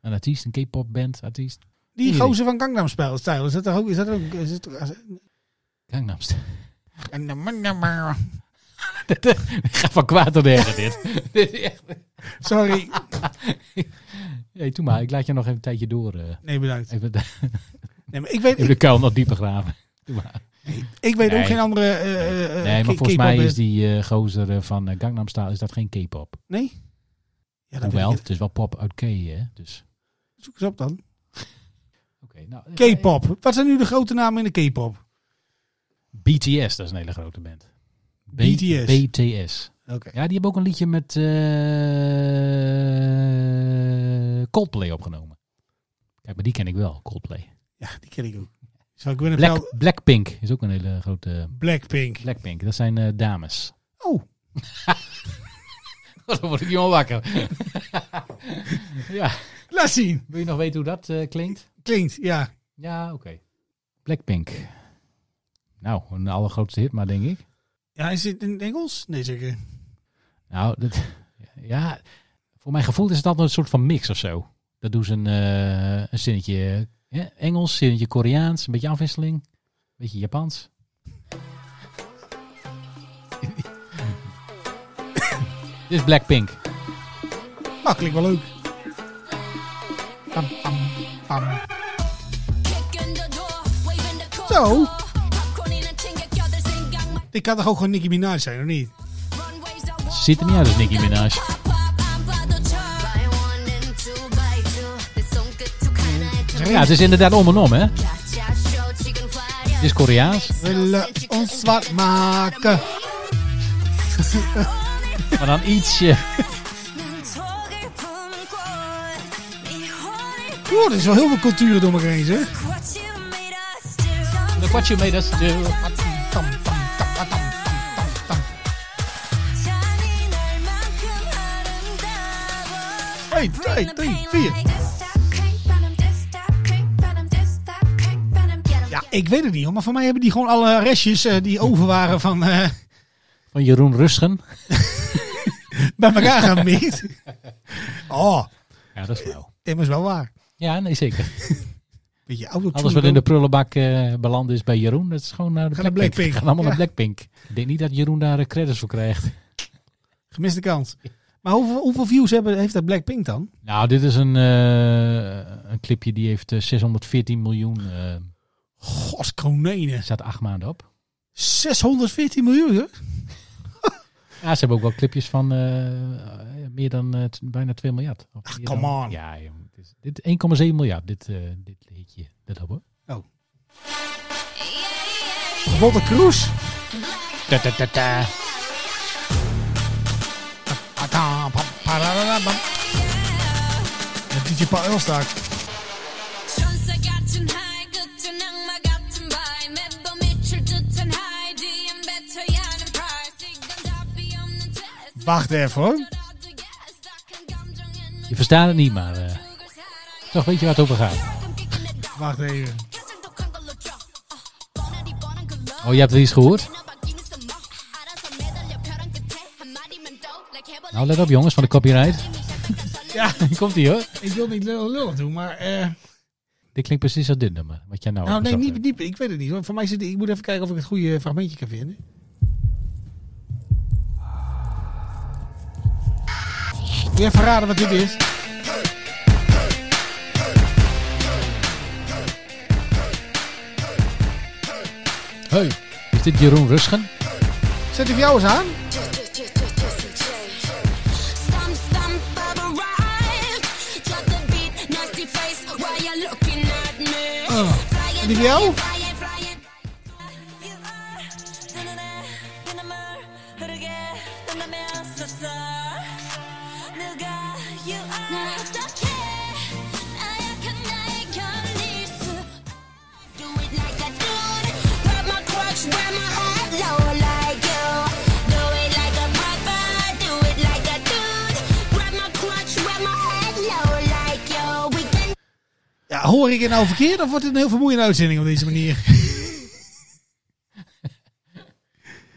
Speaker 1: een artiest, een K-pop band artiest.
Speaker 5: die gozer van Gangnam Style. Style, Is dat toch ook... Is dat ook is dat ook-
Speaker 1: Gangnam Style. Ik ga van kwaad tot erger dit. dit is echt...
Speaker 5: Sorry.
Speaker 1: Hey, doe maar, ik laat je nog even een tijdje door. eh.
Speaker 5: Nee, bedankt.
Speaker 1: even,
Speaker 5: Nee, maar ik weet,
Speaker 1: even
Speaker 5: ik,
Speaker 1: de kuil nog dieper graven. Doe maar.
Speaker 5: ik weet ook
Speaker 1: Nee.
Speaker 5: geen andere...
Speaker 1: Nee,
Speaker 5: eh, eh,
Speaker 1: nee,
Speaker 5: K-
Speaker 1: maar volgens
Speaker 5: K-pop
Speaker 1: mij
Speaker 5: band.
Speaker 1: is die eh, gozer eh, van eh, Gangnam Style is dat geen K-pop.
Speaker 5: Nee? Ja, dat
Speaker 1: Hoewel,
Speaker 5: weet ik
Speaker 1: het is wel pop uit K, hè? Dus.
Speaker 5: niet. Zoek eens op dan.
Speaker 1: oké, nou, eh,
Speaker 5: K-pop. Wat zijn nu de grote namen in de K-pop?
Speaker 1: eh, BTS, dat is een hele grote band. B-
Speaker 5: BTS.
Speaker 1: BTS.
Speaker 5: Oké.
Speaker 1: Ja, die hebben ook een liedje met eh, Coldplay opgenomen. Kijk, maar die ken ik wel, Coldplay.
Speaker 5: Ja, die ken ik ook. Zou ik willen Black...
Speaker 1: Black, Blackpink is ook een hele grote. eh,
Speaker 5: Blackpink.
Speaker 1: Blackpink, dat zijn eh, dames.
Speaker 5: Oh,
Speaker 1: Dan word ik jongen wakker. ja,
Speaker 5: laat zien.
Speaker 1: wil je nog weten hoe dat eh, klinkt?
Speaker 5: Klinkt, ja.
Speaker 1: Ja, oké. Blackpink. Nou, een allergrootste hit, maar denk ik.
Speaker 5: Ja, is dit in Engels? Nee, zeker.
Speaker 1: Nou, dat, ja, voor mijn gevoel is het altijd een soort van mix of zo. Dat doen ze een, eh, een zinnetje eh, Engels, zinnetje Koreaans, een beetje afwisseling. Een beetje Japans. Dit is Blackpink.
Speaker 5: Nou, klinkt wel leuk. Pam, pam, pam. Zo. Dit kan toch ook gewoon Nicki Minaj zijn, of niet?
Speaker 1: Ziet er niet uit als Nicki Minaj. Ja, het is inderdaad om en om, hè? Het is Koreaans.
Speaker 5: Willen ons zwart maken.
Speaker 1: Maar dan ietsje.
Speaker 5: Oeh, er is wel heel veel culturen door elkaar heen, zeg.
Speaker 1: Look what you made us do.
Speaker 5: Tam, tam, tam, tam, tam, tam, tam. Hey, twee, drie, vier. Ja, ik weet het niet, hoor, maar voor mij hebben die gewoon alle restjes eh, die over waren van eh,
Speaker 1: Van Jeroen Rusgen.
Speaker 5: bij elkaar gemikt. Oh,
Speaker 1: Ja, dat is wel.
Speaker 5: dit is wel waar.
Speaker 1: Ja, nee, zeker.
Speaker 5: Beetje auto
Speaker 1: Alles wat in de prullenbak eh, beland is bij Jeroen, dat is gewoon naar de
Speaker 5: Gaat naar
Speaker 1: Blackpink.
Speaker 5: Blackpink,
Speaker 1: Gaan allemaal
Speaker 5: ja.
Speaker 1: naar Blackpink. Ik denk niet dat Jeroen daar eh, credits voor krijgt.
Speaker 5: Gemiste kans. Maar hoeveel, hoeveel views hebben, heeft dat Blackpink dan?
Speaker 1: Nou, dit is een, eh, een clipje die heeft eh, 614 miljoen. eh,
Speaker 5: Gos, konijnen.
Speaker 1: staat acht maanden op.
Speaker 5: 614 miljoen, joh.
Speaker 1: Ja, ze hebben ook wel clipjes van eh, meer dan eh, t- bijna 2 miljard. Of meer
Speaker 5: come
Speaker 1: dan-
Speaker 5: on.
Speaker 1: Ja, joh, het is- dit 1,7 miljard, dit, eh dit liedje. Dat hoor.
Speaker 5: Wat een cruise. DJ Paul Elstaak. Wacht even hoor.
Speaker 1: Je verstaat het niet, maar eh, toch weet je waar het over gaat.
Speaker 5: Wacht even.
Speaker 1: Oh, je hebt er iets gehoord? Nou, let op jongens, van de copyright.
Speaker 5: Ja,
Speaker 1: Komt ie hoor.
Speaker 5: ik wil niet lullen lullen doen, maar... eh
Speaker 1: Dit klinkt precies als dit nummer, wat jij nou
Speaker 5: nou nee,
Speaker 1: opgezocht
Speaker 5: niet, niet, ik weet het niet. hoor. Voor mij zit, ik moet even kijken of ik het goede fragmentje kan vinden. Kun je even raden wat dit is?
Speaker 1: hebt. Hey, is dit Jeroen Rusgen?
Speaker 5: Zet die voor jou eens aan. En die voor jou? Ja, hoor ik het nou verkeerd of wordt het een heel vermoeiende uitzending op deze manier?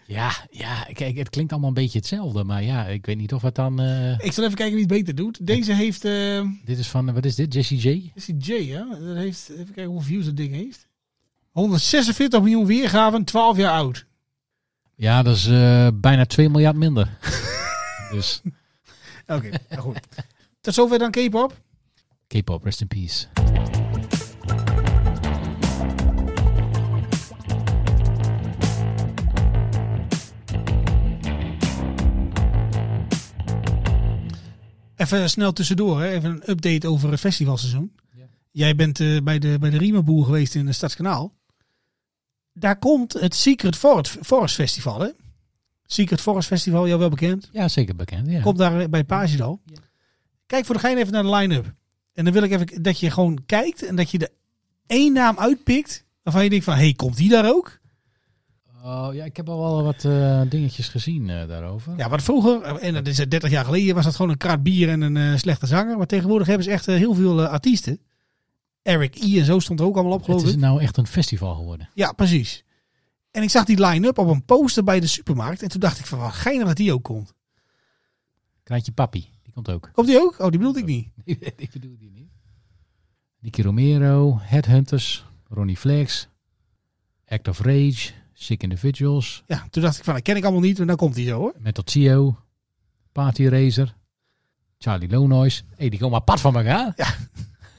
Speaker 1: Ja, ja, kijk, het klinkt allemaal een beetje hetzelfde, maar ja, ik weet niet of het dan... eh,
Speaker 5: Ik zal even kijken wie het beter doet. Deze heeft... eh,
Speaker 1: dit is van, eh, wat is dit, Jesse J?
Speaker 5: is die Jay, hè? Dat heeft, even kijken hoeveel views dat ding heeft. 146 miljoen weergaven, 12 jaar oud.
Speaker 1: Ja, dat is eh, bijna 2 miljard minder. dus,
Speaker 5: Oké, nou goed. Tot zover dan K-pop.
Speaker 1: K-pop, rest in peace.
Speaker 5: Even snel tussendoor, hè? even een update over het festivalseizoen.
Speaker 1: Ja.
Speaker 5: Jij bent eh, bij, de, bij de Riemenboer geweest in het Stadskanaal. Daar komt het Secret Forest, Forest Festival, hè? Secret Forest Festival, jou wel bekend.
Speaker 1: Ja, zeker bekend, ja.
Speaker 5: Komt daar bij Pagidal. Kijk voor de gein even naar de line-up. En dan wil ik even dat je gewoon kijkt en dat je de één naam uitpikt. Waarvan je denkt van, hé, hey, komt die daar ook?
Speaker 1: Oh, ja, ik heb al wel wat eh, dingetjes gezien eh, daarover.
Speaker 5: Ja, want vroeger, en dat is 30 jaar geleden, was dat gewoon een krat bier en een eh, slechte zanger. Maar tegenwoordig hebben ze echt eh, heel veel eh, artiesten. Eric E. en zo stond er ook allemaal op,
Speaker 1: het
Speaker 5: geloof
Speaker 1: is
Speaker 5: ik.
Speaker 1: nou echt een festival geworden.
Speaker 5: Ja, precies. En ik zag die line-up op een poster bij de supermarkt. En toen dacht ik van, wat geinig dat die ook komt.
Speaker 1: Kraantje Papi, die Komt ook.
Speaker 5: Komt die ook? Oh, die bedoelde ik niet.
Speaker 1: ik bedoel die niet. Nicky Romero, Headhunters, Ronnie Flex, Act of Rage, Sick Individuals,
Speaker 5: Ja, toen dacht ik van, dat ken ik allemaal niet, maar dan komt die zo hoor.
Speaker 1: Metal Tio, E Party Racer, Charlie Lonois. Hé, hey, die komen apart van elkaar.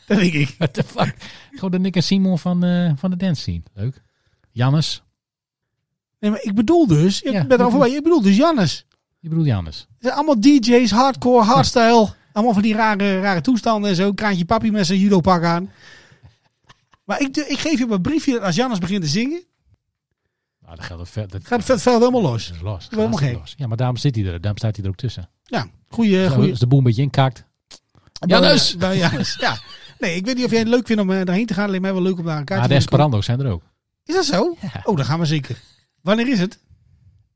Speaker 5: Dat denk ik.
Speaker 1: What the fuck? Gewoon de Nick en Simon van, eh, van de dance scene. Leuk. Jannes.
Speaker 5: Nee, maar ik bedoel dus, je
Speaker 1: Ja,
Speaker 5: bent er al
Speaker 1: dat
Speaker 5: voorbij, ik bedoel dus Jannes.
Speaker 1: Je bedoelt Jannes.
Speaker 5: Het zijn allemaal DJ's, hardcore, hardstyle. Allemaal van die rare, rare toestanden en zo. Kraantje papi met zijn judo pak aan. Maar ik, ik geef je mijn briefje dat als Jannes begint te zingen,
Speaker 1: Nou, dat gaat het ver- dat-
Speaker 5: gaat het veld helemaal los.
Speaker 1: Dat is los.
Speaker 5: helemaal
Speaker 1: Hartstikke
Speaker 5: gek.
Speaker 1: los. Ja, maar daarom zit hij er. Daarom staat hij er ook tussen.
Speaker 5: Ja, goeie...
Speaker 1: Zo,
Speaker 5: goeie
Speaker 1: Als de boel een beetje inkaakt. Jannes!
Speaker 5: Bij, bij Jannes, ja. Nee, ik weet niet of jij het leuk vindt om eh, daarheen te gaan. Alleen mij wel leuk om daar een kaartje
Speaker 1: Maar de
Speaker 5: te kopen.
Speaker 1: Esperando's zijn er ook.
Speaker 5: Is dat zo?
Speaker 1: Ja.
Speaker 5: Oh, dan gaan we zeker. Wanneer is het?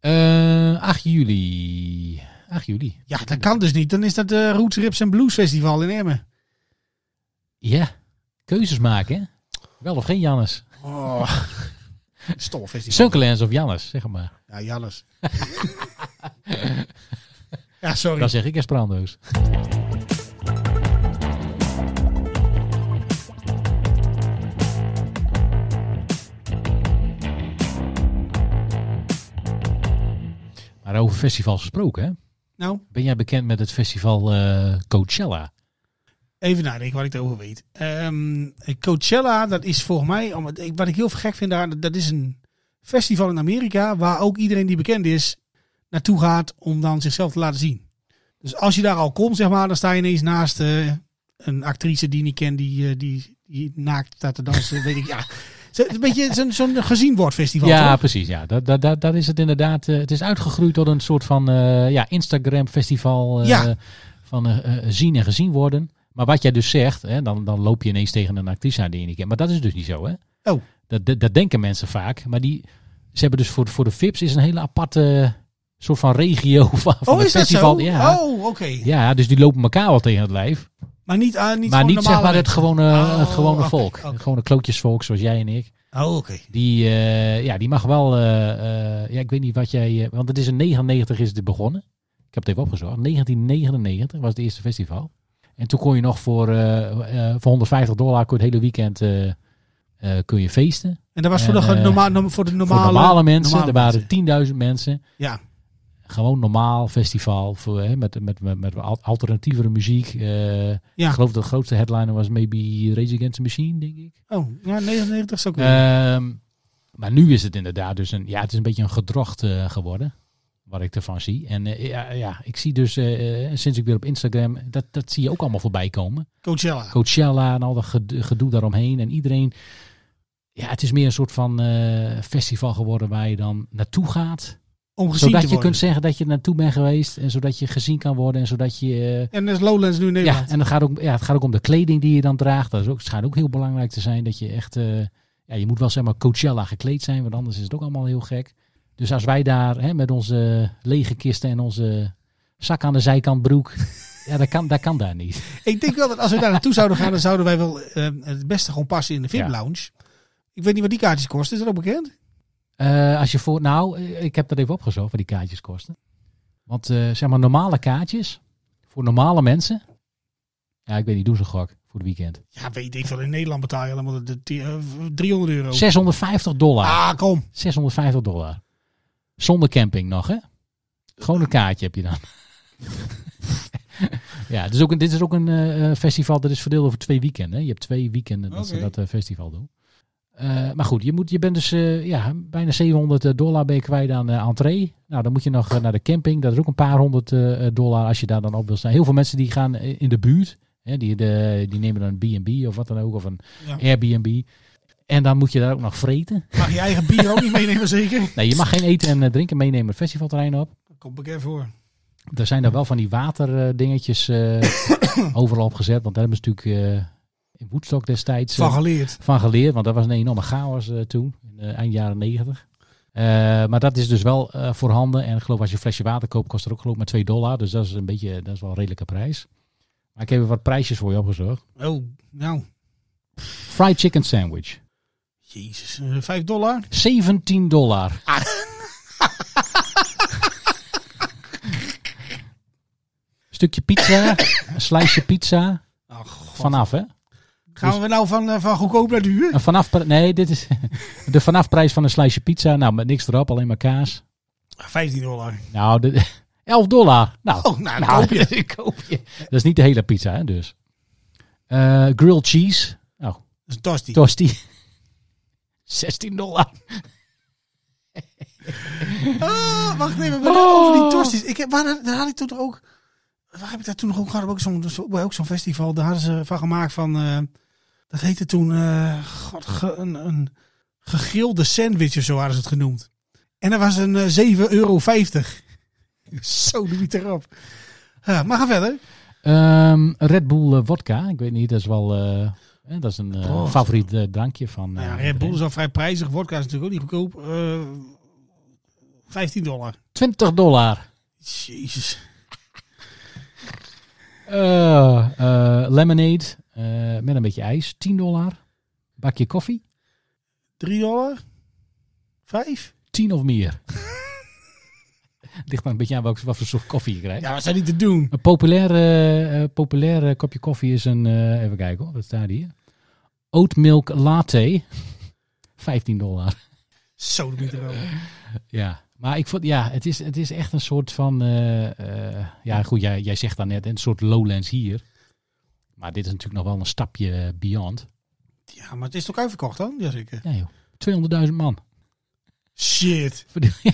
Speaker 1: Eh, 8 juli. 8 juli.
Speaker 5: Ja, dat kan dus niet. Dan is dat de Roots, Rips en Blues Festival in Emmen.
Speaker 1: Ja. Keuzes maken, hè? Wel of geen Jannes.
Speaker 5: Oh. Stomme festival.
Speaker 1: Sunkerlands of Jannes, zeg maar.
Speaker 5: Ja, Jannes. ja, sorry.
Speaker 1: Dan zeg ik dus. Esperando's. Maar over festivals gesproken, hè?
Speaker 5: Nou,
Speaker 1: Ben jij bekend met het festival eh, Coachella?
Speaker 5: even nadenken wat ik erover weet. Ehm, Coachella, dat is volgens mij... om het- ik- Wat ik heel gek vind daar, dat is een festival in Amerika... waar ook iedereen die bekend is naartoe gaat om dan zichzelf te laten zien. Dus als je daar al komt, zeg maar, dan sta je ineens naast eh, een actrice die je niet kent... die, eh, die, die naakt staat te dansen, weet ik. Ja, Zo- een beetje zo'n zo'n gezien wordt festival,
Speaker 1: ja,
Speaker 5: toch?
Speaker 1: precies. Ja. Dat, dat, dat, dat is het inderdaad. eh, het is uitgegroeid tot een soort van eh, ja, Instagram-festival eh,
Speaker 5: Ja.
Speaker 1: van eh, eh, zien en gezien worden. Maar wat jij dus zegt, hè, dan, dan loop je ineens tegen een actrice aan die je niet kent. Maar dat is dus niet zo, hè?
Speaker 5: Oh.
Speaker 1: Dat, dat, dat denken mensen vaak. Maar die, ze hebben dus voor, voor de VIPs is een hele aparte soort van regio van, van
Speaker 5: Oh,
Speaker 1: het
Speaker 5: is dat
Speaker 1: festival.
Speaker 5: zo?
Speaker 1: Ja.
Speaker 5: Oh, oké.
Speaker 1: ja, dus die lopen elkaar wel tegen het lijf.
Speaker 5: Maar niet, ah, niet
Speaker 1: maar
Speaker 5: gewoon
Speaker 1: niet zeg
Speaker 5: normale
Speaker 1: maar het
Speaker 5: mensen.
Speaker 1: gewone, het
Speaker 5: Oh,
Speaker 1: gewone
Speaker 5: oké,
Speaker 1: volk.
Speaker 5: oké.
Speaker 1: Het gewone klootjesvolk zoals jij en ik.
Speaker 5: Oh, oké.
Speaker 1: Die, eh, ja, die mag wel. eh, eh, ja, ik weet niet wat jij. eh, want het is in 99 is dit begonnen. Ik heb het even opgezocht. 1999 was het eerste festival. En toen kon je nog voor, eh, eh, voor 150 dollar kon je het hele weekend eh, eh, kun je feesten.
Speaker 5: En dat was
Speaker 1: En,
Speaker 5: voor, de,
Speaker 1: eh,
Speaker 5: norma- norm- voor de normale,
Speaker 1: voor normale mensen.
Speaker 5: normale mensen.
Speaker 1: er waren 10.000 mensen.
Speaker 5: Ja.
Speaker 1: Gewoon normaal festival. Voor, hè, met, met, met, met al- alternatievere muziek. eh,
Speaker 5: Ja.
Speaker 1: Ik geloof dat de grootste headliner was maybe Rage Against the Machine, denk ik.
Speaker 5: Oh, ja, 99 is ook weer.
Speaker 1: Ehm, maar nu is het inderdaad dus een, ja, het is een beetje een gedrocht eh, geworden. Wat ik ervan zie. En eh, ja, ja, ik zie dus eh, eh, sinds ik weer op Instagram, dat, dat zie je ook allemaal voorbij komen.
Speaker 5: Coachella.
Speaker 1: Coachella en al dat ged- gedoe daaromheen. En iedereen, ja, het is meer een soort van eh, festival geworden waar je dan naartoe gaat.
Speaker 5: om gezien
Speaker 1: Zodat
Speaker 5: te
Speaker 1: je
Speaker 5: worden.
Speaker 1: kunt zeggen dat je er naartoe bent geweest. En zodat je gezien kan worden. En zodat je... eh,
Speaker 5: En dat is Lowlands nu in
Speaker 1: ja,
Speaker 5: Nederland.
Speaker 1: en het gaat, ook, ja, het gaat ook om de kleding die je dan draagt. Dat is ook, schijnt ook heel belangrijk te zijn. Dat je echt, eh, ja, je moet wel zeg maar Coachella gekleed zijn, want anders is het ook allemaal heel gek. Dus als wij daar hè, met onze lege kisten en onze zak aan de zijkant broek, ja, dat kan, dat kan daar niet.
Speaker 5: Ik denk wel dat als we daar naartoe zouden gaan, dan zouden wij wel ehm, het beste gewoon passen in de VIP
Speaker 1: Ja.
Speaker 5: lounge. Ik weet niet wat die kaartjes kosten. Is dat ook bekend?
Speaker 1: Eh, als je voor, nou, eh, ik heb dat even opgezocht wat die kaartjes kosten. Want eh, zeg maar normale kaartjes voor normale mensen. Ja, ik weet niet, doe ze gok voor het weekend.
Speaker 5: Ja, weet ik veel. In Nederland betaal je allemaal de, de- eh, 300 euro.
Speaker 1: 650 dollar.
Speaker 5: Ah, kom.
Speaker 1: 650 dollar. Zonder camping nog, hè? Gewoon een kaartje heb je dan. ja, het is ook een, dit is ook een eh, eh, festival dat is verdeeld over twee weekenden. hè. Je hebt twee weekenden dat ze
Speaker 5: Oké.
Speaker 1: dat eh, festival doen. Eh, maar goed, je, moet, je bent dus eh, ja, bijna 700 dollar ben je kwijt aan eh entree. Nou, dan moet je nog eh, naar de camping. Dat is ook een paar honderd eh, eh, dollar als je daar dan op wil staan. Heel veel mensen die gaan eh, in de buurt. Hè, die, de, die nemen dan een B&B of wat dan ook. Of een
Speaker 5: Ja.
Speaker 1: Airbnb. En dan moet je daar ook nog vreten.
Speaker 5: Mag je eigen bier ook niet meenemen, zeker?
Speaker 1: Nee, je mag geen eten en eh, drinken meenemen het festivalterrein op.
Speaker 5: Dat komt bekend voor.
Speaker 1: Er zijn daar wel van die waterdingetjes eh, overal op gezet. Want daar hebben ze natuurlijk eh, in Woodstock destijds eh,
Speaker 5: Van geleerd.
Speaker 1: van geleerd. Want dat was een enorme chaos eh, toen, in, eh, eind jaren negentig. Eh, maar dat is dus wel eh, voorhanden. En ik geloof als je een flesje water koopt, kost dat ook geloof ik maar 2 dollar. Dus dat is een beetje, dat is wel een redelijke prijs. Maar ik heb er wat prijsjes voor je opgezocht.
Speaker 5: Oh, nou.
Speaker 1: Fried chicken sandwich.
Speaker 5: Jezus. eh, 5 dollar?
Speaker 1: 17 dollar.
Speaker 5: Ah.
Speaker 1: stukje pizza, een slijsje pizza. vanaf, hè?
Speaker 5: Gaan we nou van, eh, van goedkoop naar duur?
Speaker 1: Een vanaf, pri- nee, dit is de vanafprijs van een slijsje pizza. Nou, met niks erop, alleen maar kaas. Oh.
Speaker 5: 15 dollar.
Speaker 1: Nou, dit- 11 dollar. Nou,
Speaker 5: Oh, nou, koop je.
Speaker 1: dat koop je. Dat is niet de hele pizza, hè, dus. Eh, grilled cheese. Nou,
Speaker 5: Dat is een tosti.
Speaker 1: tosti. 16 dollar.
Speaker 5: Ah, wacht even, maar dan over die tosti's. Ik heb, waar, daar had ik toen toch ook... Waar heb ik dat toen nog ook gehad? Ook zo'n, zo, bij ook zo'n festival. Daar hadden ze van gemaakt van... eh, dat heette toen... eh, god, ge- een, een gegrilde sandwich of zo hadden ze het genoemd. En dat was een eh, 7,50 euro. zo doe je het erop. Ja, maar ga verder.
Speaker 1: Ehm, Red Bull eh, vodka. Ik weet niet, dat is wel... eh, hè, dat is een eh,
Speaker 5: Oh.
Speaker 1: favoriet eh, drankje van...
Speaker 5: Nou ja,
Speaker 1: eh,
Speaker 5: Red Bull
Speaker 1: iedereen.
Speaker 5: is al vrij prijzig. Wodka is natuurlijk ook niet goedkoop. Eh, 15 dollar.
Speaker 1: 20 dollar.
Speaker 5: Jezus.
Speaker 1: Eh, eh, lemonade eh, met een beetje ijs. 10 dollar. Bakje koffie.
Speaker 5: 3 dollar? 5?
Speaker 1: 10 of meer. Ligt maar een beetje aan welke, wat voor soort koffie je krijgt.
Speaker 5: Ja, wat zijn die te doen?
Speaker 1: Een populair, eh, eh, populair eh, kopje koffie is een... eh, even kijken hoor, wat staat hier? Oat milk latte. 15 dollar.
Speaker 5: Zo de bitter wel.
Speaker 1: Ja, maar ik vond, ja, het is, het is echt een soort van, eh, eh, ja goed, jij, jij zegt dan net, een soort lowlands hier. Maar dit is natuurlijk nog wel een stapje beyond.
Speaker 5: Ja, maar het is toch uitverkocht dan? Jazeker.
Speaker 1: Ja joh, 200.000 man.
Speaker 5: Shit.
Speaker 1: Ja,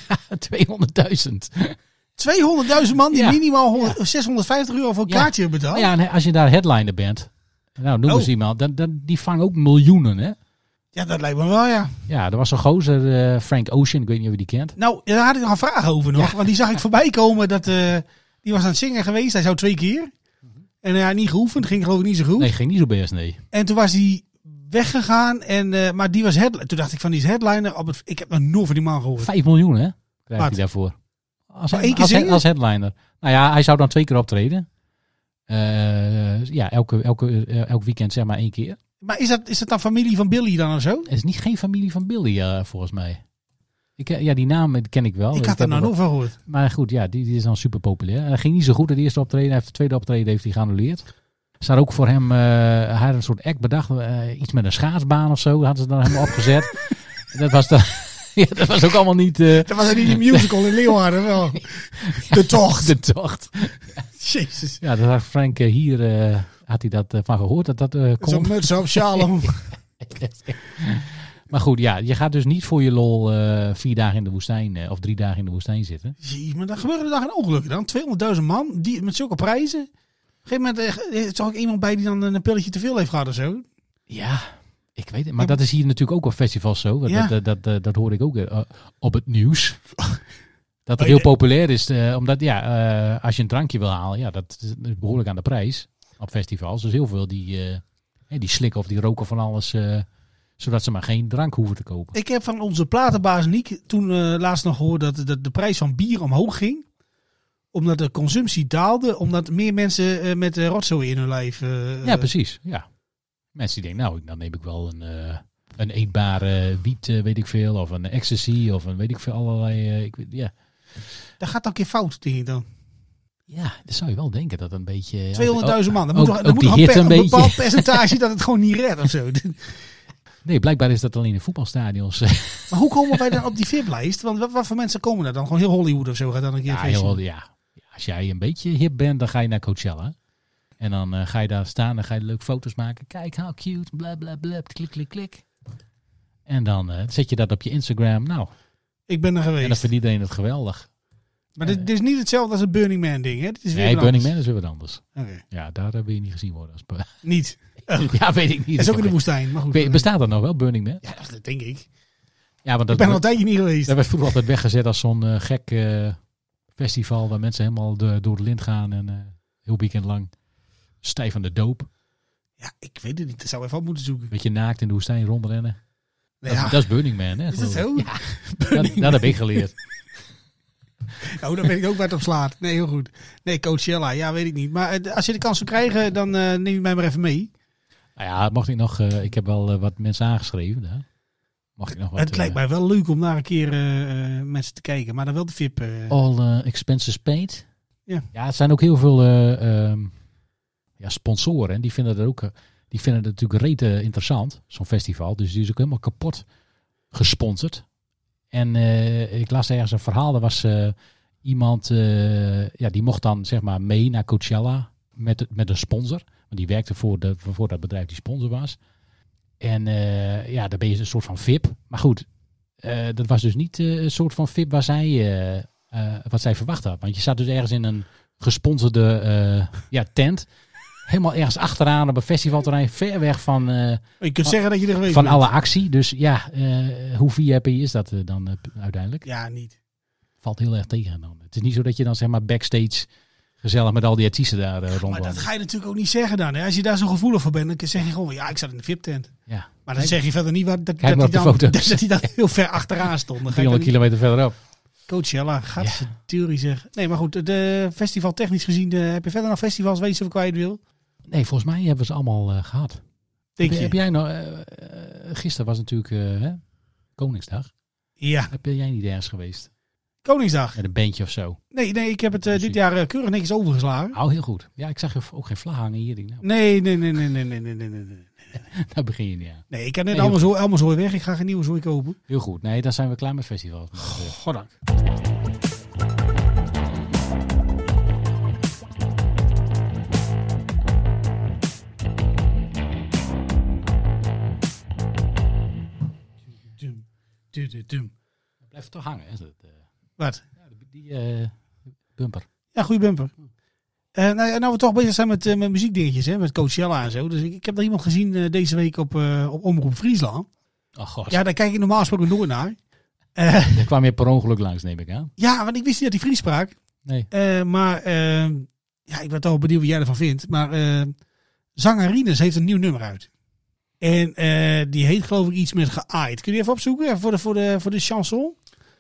Speaker 1: 200.000.
Speaker 5: 200.000 man die
Speaker 1: Ja.
Speaker 5: minimaal honderd- 650 euro voor een
Speaker 1: Ja.
Speaker 5: kaartje hebben betaald.
Speaker 1: Nou ja, en als je daar headliner bent, nou noem
Speaker 5: Oh.
Speaker 1: eens iemand, dan, dan, die vangen ook miljoenen hè.
Speaker 5: Ja, dat lijkt me wel, ja.
Speaker 1: Ja, er was een gozer, eh, Frank Ocean, ik weet niet of je die kent.
Speaker 5: Nou, daar had ik nog een vraag over nog. Want die zag ik voorbij komen. Dat, eh, die was aan het zingen geweest. Hij zou twee keer. En hij had niet geoefend. Ging geloof ik niet zo goed.
Speaker 1: Nee, ging niet zo best, nee.
Speaker 5: En toen was hij weggegaan. En, eh, maar die was headliner. Toen dacht ik van die is headliner. Op het, ik heb nog nooit van die man gehoord.
Speaker 1: 5 miljoen hè, krijgt
Speaker 5: Wat?
Speaker 1: hij daarvoor. Als,
Speaker 5: Maar één keer
Speaker 1: als,
Speaker 5: zingen?
Speaker 1: als headliner. Nou ja, hij zou dan twee keer optreden. Eh, ja, elke, elke, eh, elk weekend zeg maar één keer.
Speaker 5: Maar is dat, is dat dan familie van Billy dan of zo?
Speaker 1: Het is niet geen familie van Billy eh, volgens mij. Ik, eh, ja, die naam eh, ken ik wel.
Speaker 5: ik had
Speaker 1: heb
Speaker 5: er nou
Speaker 1: hem
Speaker 5: nog van gehoord.
Speaker 1: wel- Maar goed, ja, die, die is dan super populair. Hij ging niet zo goed, het eerste optreden. Hij heeft de tweede optreden heeft hij geannuleerd. Ze hadden ook voor hem, eh, hij had een soort act bedacht. eh, iets met een schaatsbaan of zo, hadden ze dan helemaal opgezet. Dat was, dan, ja, dat was ook allemaal niet... eh,
Speaker 5: Dat was hij niet in die musical in Leeuwarden wel. De tocht.
Speaker 1: de tocht.
Speaker 5: Jezus.
Speaker 1: Ja, dat had Frank eh, hier eh, had hij dat eh, van gehoord dat dat eh, kon.
Speaker 5: Zo'n muts op, shalom.
Speaker 1: Maar goed, ja, je gaat dus niet voor je lol eh, vier dagen in de woestijn eh, of drie dagen in de woestijn zitten.
Speaker 5: Jee, maar dan gebeuren er daar geen ongelukken dan. 200.000 man die, met zulke prijzen. Op een gegeven moment eh, is er ook iemand bij die dan een pilletje te veel heeft gehad of zo.
Speaker 1: Ja, ik weet het. Maar
Speaker 5: Ja,
Speaker 1: dat is hier natuurlijk ook op festivals zo. Dat,
Speaker 5: Ja.
Speaker 1: dat, dat, dat, dat hoor ik ook eh, op het nieuws. Dat het
Speaker 5: Oh,
Speaker 1: heel
Speaker 5: je-
Speaker 1: populair is, eh, omdat ja, eh, als je een drankje wil halen, ja, dat is dat is behoorlijk aan de prijs op festivals. Dus heel veel die, eh, hè, die slikken of die roken van alles, eh, zodat ze maar geen drank hoeven te kopen.
Speaker 5: Ik heb van onze platenbaas Niek toen eh, laatst nog gehoord dat, dat de prijs van bier omhoog ging. Omdat de consumptie daalde, omdat meer mensen eh, met eh, rotzooi in hun lijf... eh,
Speaker 1: Ja, precies. Ja. Mensen die denken, nou, dan neem ik wel een, eh, een eetbare wiet, eh, weet ik veel, of een ecstasy, of een weet ik veel, allerlei. eh, ik, weet- ja.
Speaker 5: Dat gaat dan een keer fout, denk ik dan. 200.000
Speaker 1: ja, dat zou je wel denken dat een beetje. Oh,
Speaker 5: man.
Speaker 1: ook-
Speaker 5: Dan moet toch-
Speaker 1: ook
Speaker 5: dan moet
Speaker 1: die
Speaker 5: toch een,
Speaker 1: hit
Speaker 5: per-
Speaker 1: een
Speaker 5: een
Speaker 1: beetje.
Speaker 5: bepaald percentage dat het gewoon niet redt of zo.
Speaker 1: oh, Nee, blijkbaar is dat alleen in voetbalstadions. eh,
Speaker 5: Maar hoe komen wij dan op die VIP-lijst? Want wat, wat voor mensen komen daar dan? Gewoon heel Hollywood of zo gaat dan een keer
Speaker 1: ja,
Speaker 5: een feestje.
Speaker 1: heel, ja. Ja, Als jij een beetje hip bent, dan ga je naar Coachella. En dan eh, ga je daar staan, dan ga je leuk foto's maken. Kijk, how cute, bla bla bla, klik klik klik. En dan eh, zet je dat op je Instagram. Nou,
Speaker 5: Ik ben er
Speaker 1: en dan
Speaker 5: geweest.
Speaker 1: vindt iedereen het geweldig.
Speaker 5: Maar dit, dit is niet hetzelfde als het Burning Man ding, hè? Dit is weer
Speaker 1: Nee,
Speaker 5: wat
Speaker 1: Burning Man
Speaker 5: anders.
Speaker 1: is weer wat anders.
Speaker 5: Oké.
Speaker 1: Ja, daar eh, wil je niet gezien worden. Als pe-
Speaker 5: Niet.
Speaker 1: Ja, weet ik niet.
Speaker 5: Het is ook in de
Speaker 1: Ik
Speaker 5: woestijn, maar goed.
Speaker 1: weet- Bestaat dat nog wel, Burning Man?
Speaker 5: ja, dat denk ik.
Speaker 1: Ja, want
Speaker 5: Ik
Speaker 1: dat,
Speaker 5: ben al een tijdje niet geweest.
Speaker 1: dat werd vroeger altijd weggezet als zo'n eh, gek eh, festival waar mensen helemaal de- door de lint gaan en eh, heel weekend lang stijf aan de doop.
Speaker 5: Ja, ik weet het niet. Dat zou even op moeten zoeken.
Speaker 1: Beetje naakt in de woestijn rondrennen.
Speaker 5: Nou ja,
Speaker 1: Dat, dat is Burning Man, hè?
Speaker 5: is dat
Speaker 1: geloof
Speaker 5: zo?
Speaker 1: ik. Ja, dat, dat heb ik geleerd.
Speaker 5: Nou, dan weet ik ook waar het op slaat. Nee, heel goed. Nee, Coachella, ja, weet ik niet. Maar eh, als je de kans zou krijgen, dan eh, neem je mij maar even mee.
Speaker 1: Nou ja, mocht ik nog... eh, ik heb wel eh, wat mensen aangeschreven daar. Mocht ik nog wat...
Speaker 5: het lijkt
Speaker 1: eh,
Speaker 5: mij wel
Speaker 1: Oh.
Speaker 5: leuk om naar een keer eh, eh, mensen te kijken. Maar dan wel de VIP. eh.
Speaker 1: All eh, expenses paid.
Speaker 5: Ja.
Speaker 1: ja, het zijn ook heel veel eh, ehm, ja, sponsoren. En die vinden dat ook eh, die vinden het natuurlijk rete interessant, zo'n festival. Dus die is ook helemaal kapot gesponsord. En eh, ik las ergens een verhaal. Er was eh, iemand, eh, ja, die mocht dan zeg maar mee naar Coachella met, met een sponsor. Want die werkte voor, de, voor dat bedrijf die sponsor was. En eh, ja, daar ben je een soort van VIP. Maar goed, eh, dat was dus niet eh, een soort van VIP waar zij, eh, eh, wat zij verwacht had. Want je zat dus ergens in een gesponsorde eh, ja, tent. Helemaal ergens achteraan op een festivalterrein. Ver weg van, eh,
Speaker 5: Je kunt zeggen dat je er geweest
Speaker 1: van
Speaker 5: bent.
Speaker 1: alle actie. Dus ja, eh, hoe VIP is dat eh, dan eh, uiteindelijk?
Speaker 5: Ja, niet.
Speaker 1: Valt heel erg tegen dan. Het is niet zo dat je dan zeg maar backstage gezellig met al die artiesten daar eh,
Speaker 5: Maar dat
Speaker 1: rondwandelt.
Speaker 5: ga je natuurlijk ook niet zeggen dan. Hè? Als je daar zo gevoelig voor bent, dan zeg je gewoon, ja, ik zat in de VIP-tent.
Speaker 1: Ja,
Speaker 5: Maar dan zeg je verder niet waar, dat,
Speaker 1: Kijk
Speaker 5: dat,
Speaker 1: maar
Speaker 5: die
Speaker 1: op de
Speaker 5: dan,
Speaker 1: foto's.
Speaker 5: dat die dan heel ver achteraan stond. Dan ga je
Speaker 1: 300
Speaker 5: dan-
Speaker 1: kilometer verderop.
Speaker 5: Coachella, gadverdurie zeg. Nee, maar goed, de festival technisch gezien, de, heb je verder nog festivals, weet je of kwijt wil?
Speaker 1: Nee, volgens mij hebben we ze allemaal eh, gehad.
Speaker 5: Denk
Speaker 1: heb,
Speaker 5: je?
Speaker 1: heb jij nou, eh, eh, gisteren was natuurlijk eh, hè, Koningsdag.
Speaker 5: Ja,
Speaker 1: Heb jij niet ergens geweest?
Speaker 5: Koningsdag.
Speaker 1: Met een bandje of zo?
Speaker 5: Nee, nee, ik heb het eh, dit jaar eh, keurig netjes overgeslagen.
Speaker 1: Oh, heel goed. Ja, ik zag ook geen vlag hangen hier. Ik denk, Nou,
Speaker 5: Nee, nee, nee, nee, nee, nee, nee, nee, nee, nee.
Speaker 1: daar begin je niet aan.
Speaker 5: Nee, ik heb net
Speaker 1: Nee,
Speaker 5: allemaal zo, allemaal zo weg. Ik ga geen nieuwe zooi kopen.
Speaker 1: Heel goed. Nee, dan zijn we klaar met festivals. Maar, eh,
Speaker 5: Goddank. Dum, dum, dum, dum.
Speaker 1: eh, blijft toch hangen, hè? Dat, eh,
Speaker 5: Wat?
Speaker 1: ja, die- die eh, bumper.
Speaker 5: Ja, goede bumper. Eh nou, ja, nou, we toch bezig zijn met, eh, met muziekdingetjes, hè, met Coachella en zo. Dus ik, ik heb er iemand gezien eh, deze week op, eh, op Omroep Friesland.
Speaker 1: Oh god,
Speaker 5: Ja, daar kijk ik normaal gesproken nooit naar.
Speaker 1: daar kwam je per ongeluk langs, neem ik aan.
Speaker 5: Ja, want ik wist niet dat hij Fries sprak.
Speaker 1: Nee.
Speaker 5: Eh, maar eh, ja, ik ben toch wel benieuwd wat jij ervan vindt. Maar eh Zangerines heeft een nieuw nummer uit. En eh, die heet geloof ik iets met geaaid. Kun je die even opzoeken Even voor de, voor de, voor de chanson?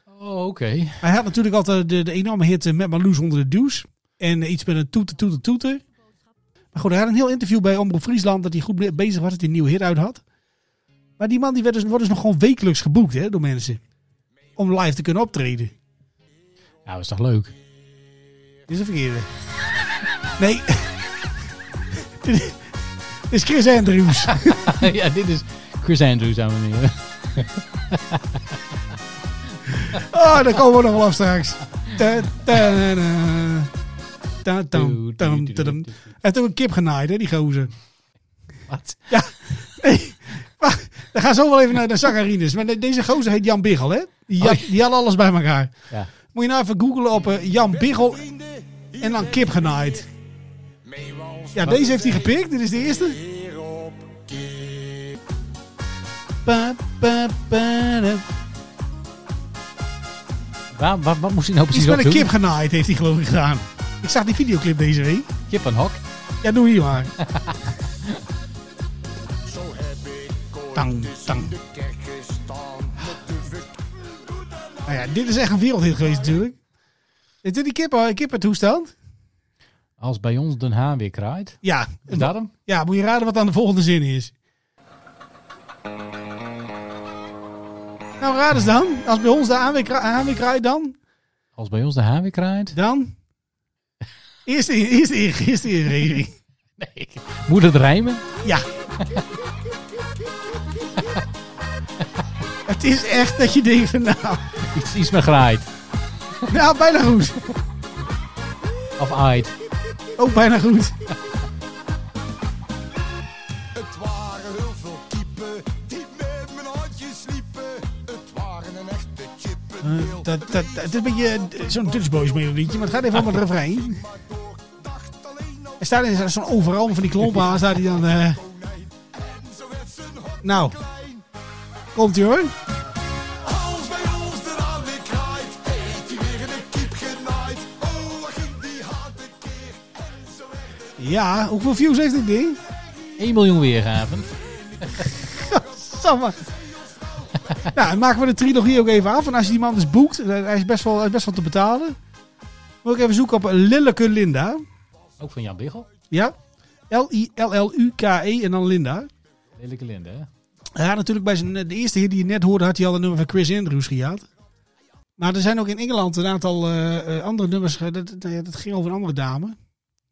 Speaker 1: Oh, oké.
Speaker 5: Hij had natuurlijk altijd de, de enorme hit eh, Met Marloes onder de douche. En eh, iets met een toeter, toeter, toeter. Maar goed, hij had een heel interview bij Omroep Friesland dat hij goed be- bezig was dat hij een nieuwe hit uit had. Maar die man die werd dus, wordt dus nog gewoon wekelijks geboekt hè, door mensen. Om live te kunnen optreden.
Speaker 1: Ja, dat is toch leuk?
Speaker 5: Dit is een verkeerde. Nee. Dit is Chris Andrews.
Speaker 1: ja, dit is Chris Andrews, dames en heren.
Speaker 5: Oh, daar komen we nog wel af straks. Ta- ta- da- ta- tam- tam- tadam. Hij heeft ook een kip genaaid, hè, die gozer.
Speaker 1: Wat?
Speaker 5: Ja. Nee. Maar, daar gaan we zo wel even naar de zangerines. Maar de- deze gozer heet Jan Biggel, hè? Die, had- die had alles bij elkaar.
Speaker 1: Ja.
Speaker 5: Moet je nou even googlen op eh, Jan Biggel en dan kip genaaid. Ja, deze heeft hij gepikt. Dit is de eerste. Pa, pa, pa, da.
Speaker 1: Waar, waar- wat moest hij nou
Speaker 5: Iets
Speaker 1: precies
Speaker 5: met een
Speaker 1: opdoen?
Speaker 5: kip genaaid heeft hij geloof ik gedaan. Ik zag die videoclip deze week.
Speaker 1: Kip en hok.
Speaker 5: Ja, doe hier maar. Tang, tang. Nou ja, dit is echt een wereldhit geweest natuurlijk. Is dit die eh, kippen, kippentoestand?
Speaker 1: Als bij ons Den Haan weer kraait.
Speaker 5: Ja.
Speaker 1: Is dat hem?
Speaker 5: ja, moet je raden wat aan de volgende zin is. Nou, raad eens dan. Als bij ons de aanweer kraait dan?
Speaker 1: Als bij ons de haan weer kraait.
Speaker 5: Dan? Eerste, eerste, eerste, eerste inregering.
Speaker 1: Nee. Moet het rijmen?
Speaker 5: Ja. Het is echt dat je denkt van nou,
Speaker 1: Iets, iets met graait.
Speaker 5: nou bijna goed.
Speaker 1: Of aait.
Speaker 5: Ook bijna goed.
Speaker 8: Het waren heel veel kiepen die met mijn handjes liepen. Het waren een echte
Speaker 5: Eh,
Speaker 8: chippendeel.
Speaker 5: dat, dat, dat is een beetje eh, zo'n Dutch Boys melodietje, maar het gaat even om het refrein.
Speaker 8: Dacht alleen al
Speaker 5: Er staat in zo'n overal van die klompen aan, staat hij dan... eh,
Speaker 8: konijn. En zo werd zijn hok
Speaker 5: nou,
Speaker 8: klein.
Speaker 5: komt ie hoor.
Speaker 8: Als bij ons de raam weer kraait, heeft hij weer in de kiep genaaid. Oh, wat ging die haat een keer. En zo werd het
Speaker 5: Ja, hoeveel views heeft dit ding?
Speaker 1: 1 miljoen weergaven.
Speaker 5: Samma. nou, dan maken we de trilogie ook even af. En als je die man dus boekt, eh, hij is best wel, hij is best wel te betalen. Moet ik even zoeken op Lilleke Linda.
Speaker 1: Ook van Jan Biggel.
Speaker 5: Ja. L-I-L-L-U-K-E E en dan Linda.
Speaker 1: Lelijke Linde, hè?
Speaker 5: Ja, natuurlijk bij zijn, de eerste hit die je net hoorde, had hij al een nummer van Chris Andrews gehad. Maar er zijn ook in Engeland een aantal eh, eh, andere nummers. ge- Dat, nou ja, dat ging over een andere dame.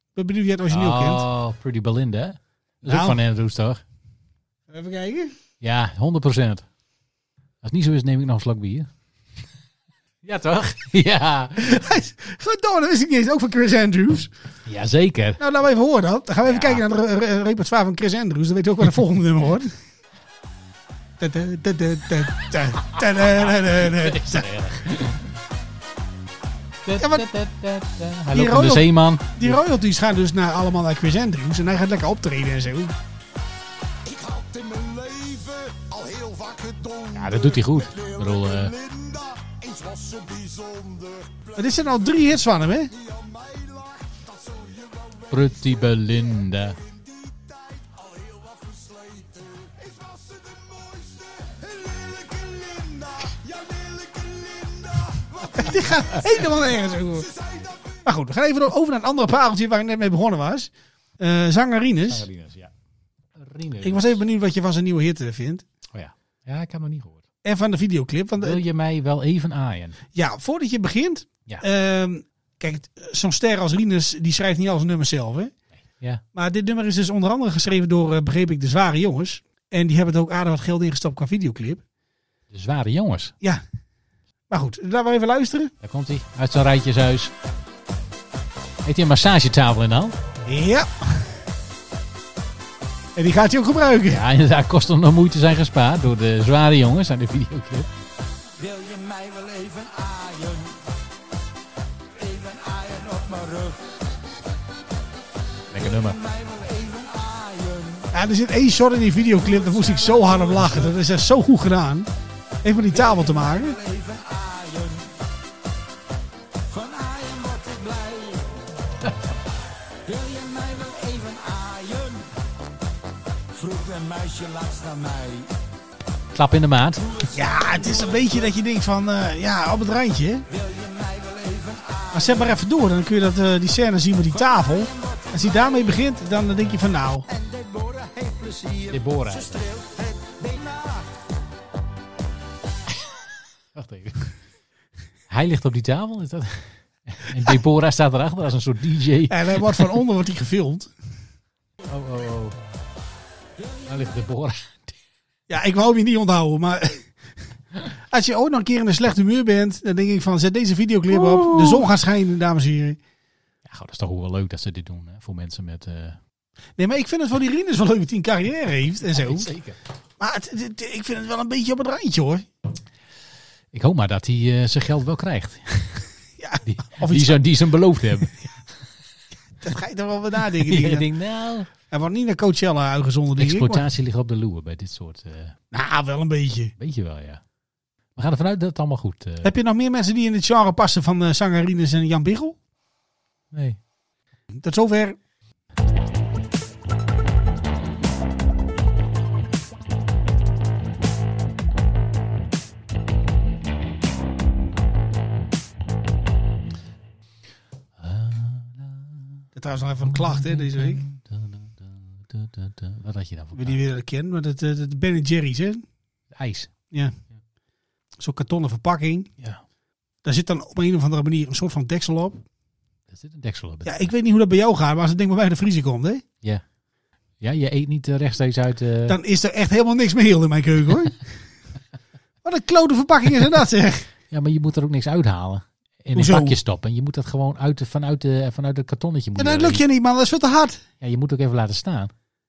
Speaker 5: Ik ben benieuwd of jij het origineel kent.
Speaker 1: Oh, Pretty Belinda. hè? Dat is
Speaker 5: Nou.
Speaker 1: ook van Andrews, toch?
Speaker 5: Even kijken.
Speaker 1: Ja, 100%. Als het niet zo is, neem ik nog een slok bier. Ja, toch? ja.
Speaker 5: Verdomme, dat wist ik niet eens. Ook van Chris Andrews.
Speaker 1: Jazeker.
Speaker 5: Nou, laten we even horen dan. Dan gaan we even
Speaker 1: Ja.
Speaker 5: kijken naar het re- re- repertoire van Chris Andrews. Dan weet je ook wat het volgende nummer hoort. Da- da- da- da- da- da- da- da- da- da-
Speaker 1: Is
Speaker 5: da.
Speaker 1: dat erg?
Speaker 5: Ja, maar-
Speaker 1: Hij
Speaker 5: Die
Speaker 1: loopt om de
Speaker 5: royal-
Speaker 1: zeeman.
Speaker 5: Die royalties gaan dus naar, allemaal naar Chris Andrews. En hij gaat lekker optreden en zo.
Speaker 8: Ik had in mijn leven al heel vaak gedongen.
Speaker 1: Ja, dat doet hij goed. Ik bedoel, eh,
Speaker 8: Linda, eens was ze bijzonder.
Speaker 5: Maar dit zijn al nou drie hits van hem, hè?
Speaker 1: Pretty Belinda.
Speaker 5: Dit gaat helemaal nergens over. Maar goed, we gaan even over naar een andere pareltje waar ik net mee begonnen was. Eh zangerines.
Speaker 1: Rinus, ja.
Speaker 5: Ik was even benieuwd wat je van zijn nieuwe hit eh, vindt.
Speaker 1: Oh ja. Ja, ik heb nog niet gehoord.
Speaker 5: En van de videoclip. Want, eh,
Speaker 1: Wil je mij wel even aaien?
Speaker 5: ja, voordat je begint.
Speaker 1: Ja.
Speaker 5: ehm, kijk, zo'n ster als Rinus, die schrijft niet al zijn nummers zelf. Hè?
Speaker 1: Ja.
Speaker 5: Maar dit nummer is dus onder andere geschreven door, eh, begreep ik, de zware jongens. En die hebben er ook aardig wat geld ingestopt qua videoclip.
Speaker 1: De zware jongens.
Speaker 5: Ja. Maar goed, laten we even luisteren.
Speaker 1: Daar komt hij. Uit zijn rijtjeshuis. Heeft hij een massagetafel in de hand?
Speaker 5: Ja. En die gaat hij ook gebruiken.
Speaker 1: Ja, inderdaad. Kost hem nog moeite zijn gespaard door de zware jongens aan de videoclip.
Speaker 9: Wil je mij wel even aaien? Even aaien op mijn rug.
Speaker 1: Lekker nummer.
Speaker 9: Mij wel even aaien.
Speaker 5: Ja, er zit één shot in die videoclip, daar moest ik zo hard om lachen. Dat is echt zo goed gedaan. Heeft met die tafel te maken.
Speaker 9: Even aaien. Van aaien word ik blij. Wil je mij wel even aaien? Vroeg een meisje laatst naar mij.
Speaker 1: Klap in de maat.
Speaker 5: Ja, het is een beetje dat je denkt van, eh, ja, op het randje. hè.
Speaker 9: Wil je mij wel even aaien?
Speaker 5: Maar zet maar even door, dan kun je dat, eh, die scène zien met die tafel. Als hij daarmee begint, dan denk je van nou.
Speaker 9: En Deborah heeft plezier.
Speaker 1: Deborah.
Speaker 9: Ze streelt het been na.
Speaker 1: Wacht even. Hij ligt op die tafel. Is dat... En Deborah staat erachter als een soort DJ.
Speaker 5: En hij wordt van onder wordt hij gefilmd.
Speaker 1: Oh, oh, oh. Daar ligt Deborah.
Speaker 5: Ja, ik wou hem je niet onthouden, maar... Als je ook nog een keer in een slecht humeur bent, dan denk ik van, zet deze videoclip op. De zon gaat schijnen, dames en heren.
Speaker 1: Ja, goh, dat is toch ook wel leuk dat ze dit doen. Hè? Voor mensen met... eh,
Speaker 5: Nee, maar ik vind het van die Rinus wel leuk dat hij een carrière heeft en zo.
Speaker 1: zeker.
Speaker 5: Maar het- het- ik vind het wel een beetje op het randje, hoor.
Speaker 1: Ik hoop maar dat hij eh, zijn geld wel krijgt.
Speaker 5: Ja,
Speaker 1: Die,
Speaker 5: of
Speaker 1: die,
Speaker 5: iets,
Speaker 1: ze, die ze hem beloofd hebben.
Speaker 5: dat ga je toch wel wat nadenken.
Speaker 1: Ik
Speaker 5: denk ik.
Speaker 1: denk, nou...
Speaker 5: Hij wordt niet naar Coachella uitgezonden, denk ik. maar-
Speaker 1: Exploitatie ligt op de loer bij dit soort... eh,
Speaker 5: Nou, wel een beetje.
Speaker 1: weet je wel, ja. We gaan ervan uit dat het allemaal goed... eh,
Speaker 5: Heb je nog meer mensen die in het genre passen van eh Sangarines en Jan Biggel?
Speaker 1: nee.
Speaker 5: Tot zover. Dat trouwens nog even een klacht, hè, deze week.
Speaker 1: Wat had je dan voor
Speaker 5: Ik weet niet wie dat kent, maar dat, eh, dat Ben Jerry's, hè.
Speaker 1: Ijs.
Speaker 5: Zo'n kartonnen verpakking.
Speaker 1: Ja.
Speaker 5: Daar zit dan op een of andere manier een soort van deksel op.
Speaker 1: Er zit een deksel op.
Speaker 5: Ja, ik weet niet hoe dat bij jou gaat, maar als het ding bij mij in de vriezer komt, hè,
Speaker 1: Ja, je eet niet eh, rechtstreeks uit... eh,
Speaker 5: dan is er echt helemaal niks meer heel in mijn keuken, hoor. Wat een klote verpakking is en dat, zeg.
Speaker 1: Ja, maar je moet er ook niks uithalen. In een
Speaker 5: Hoezo?
Speaker 1: zakje stoppen. Je moet dat gewoon uit, de- vanuit, de, vanuit het kartonnetje... Moet
Speaker 5: En dat
Speaker 1: dat
Speaker 5: nou, lukt je niet, man. Dat is veel te hard.
Speaker 1: Ja, je moet ook even laten staan.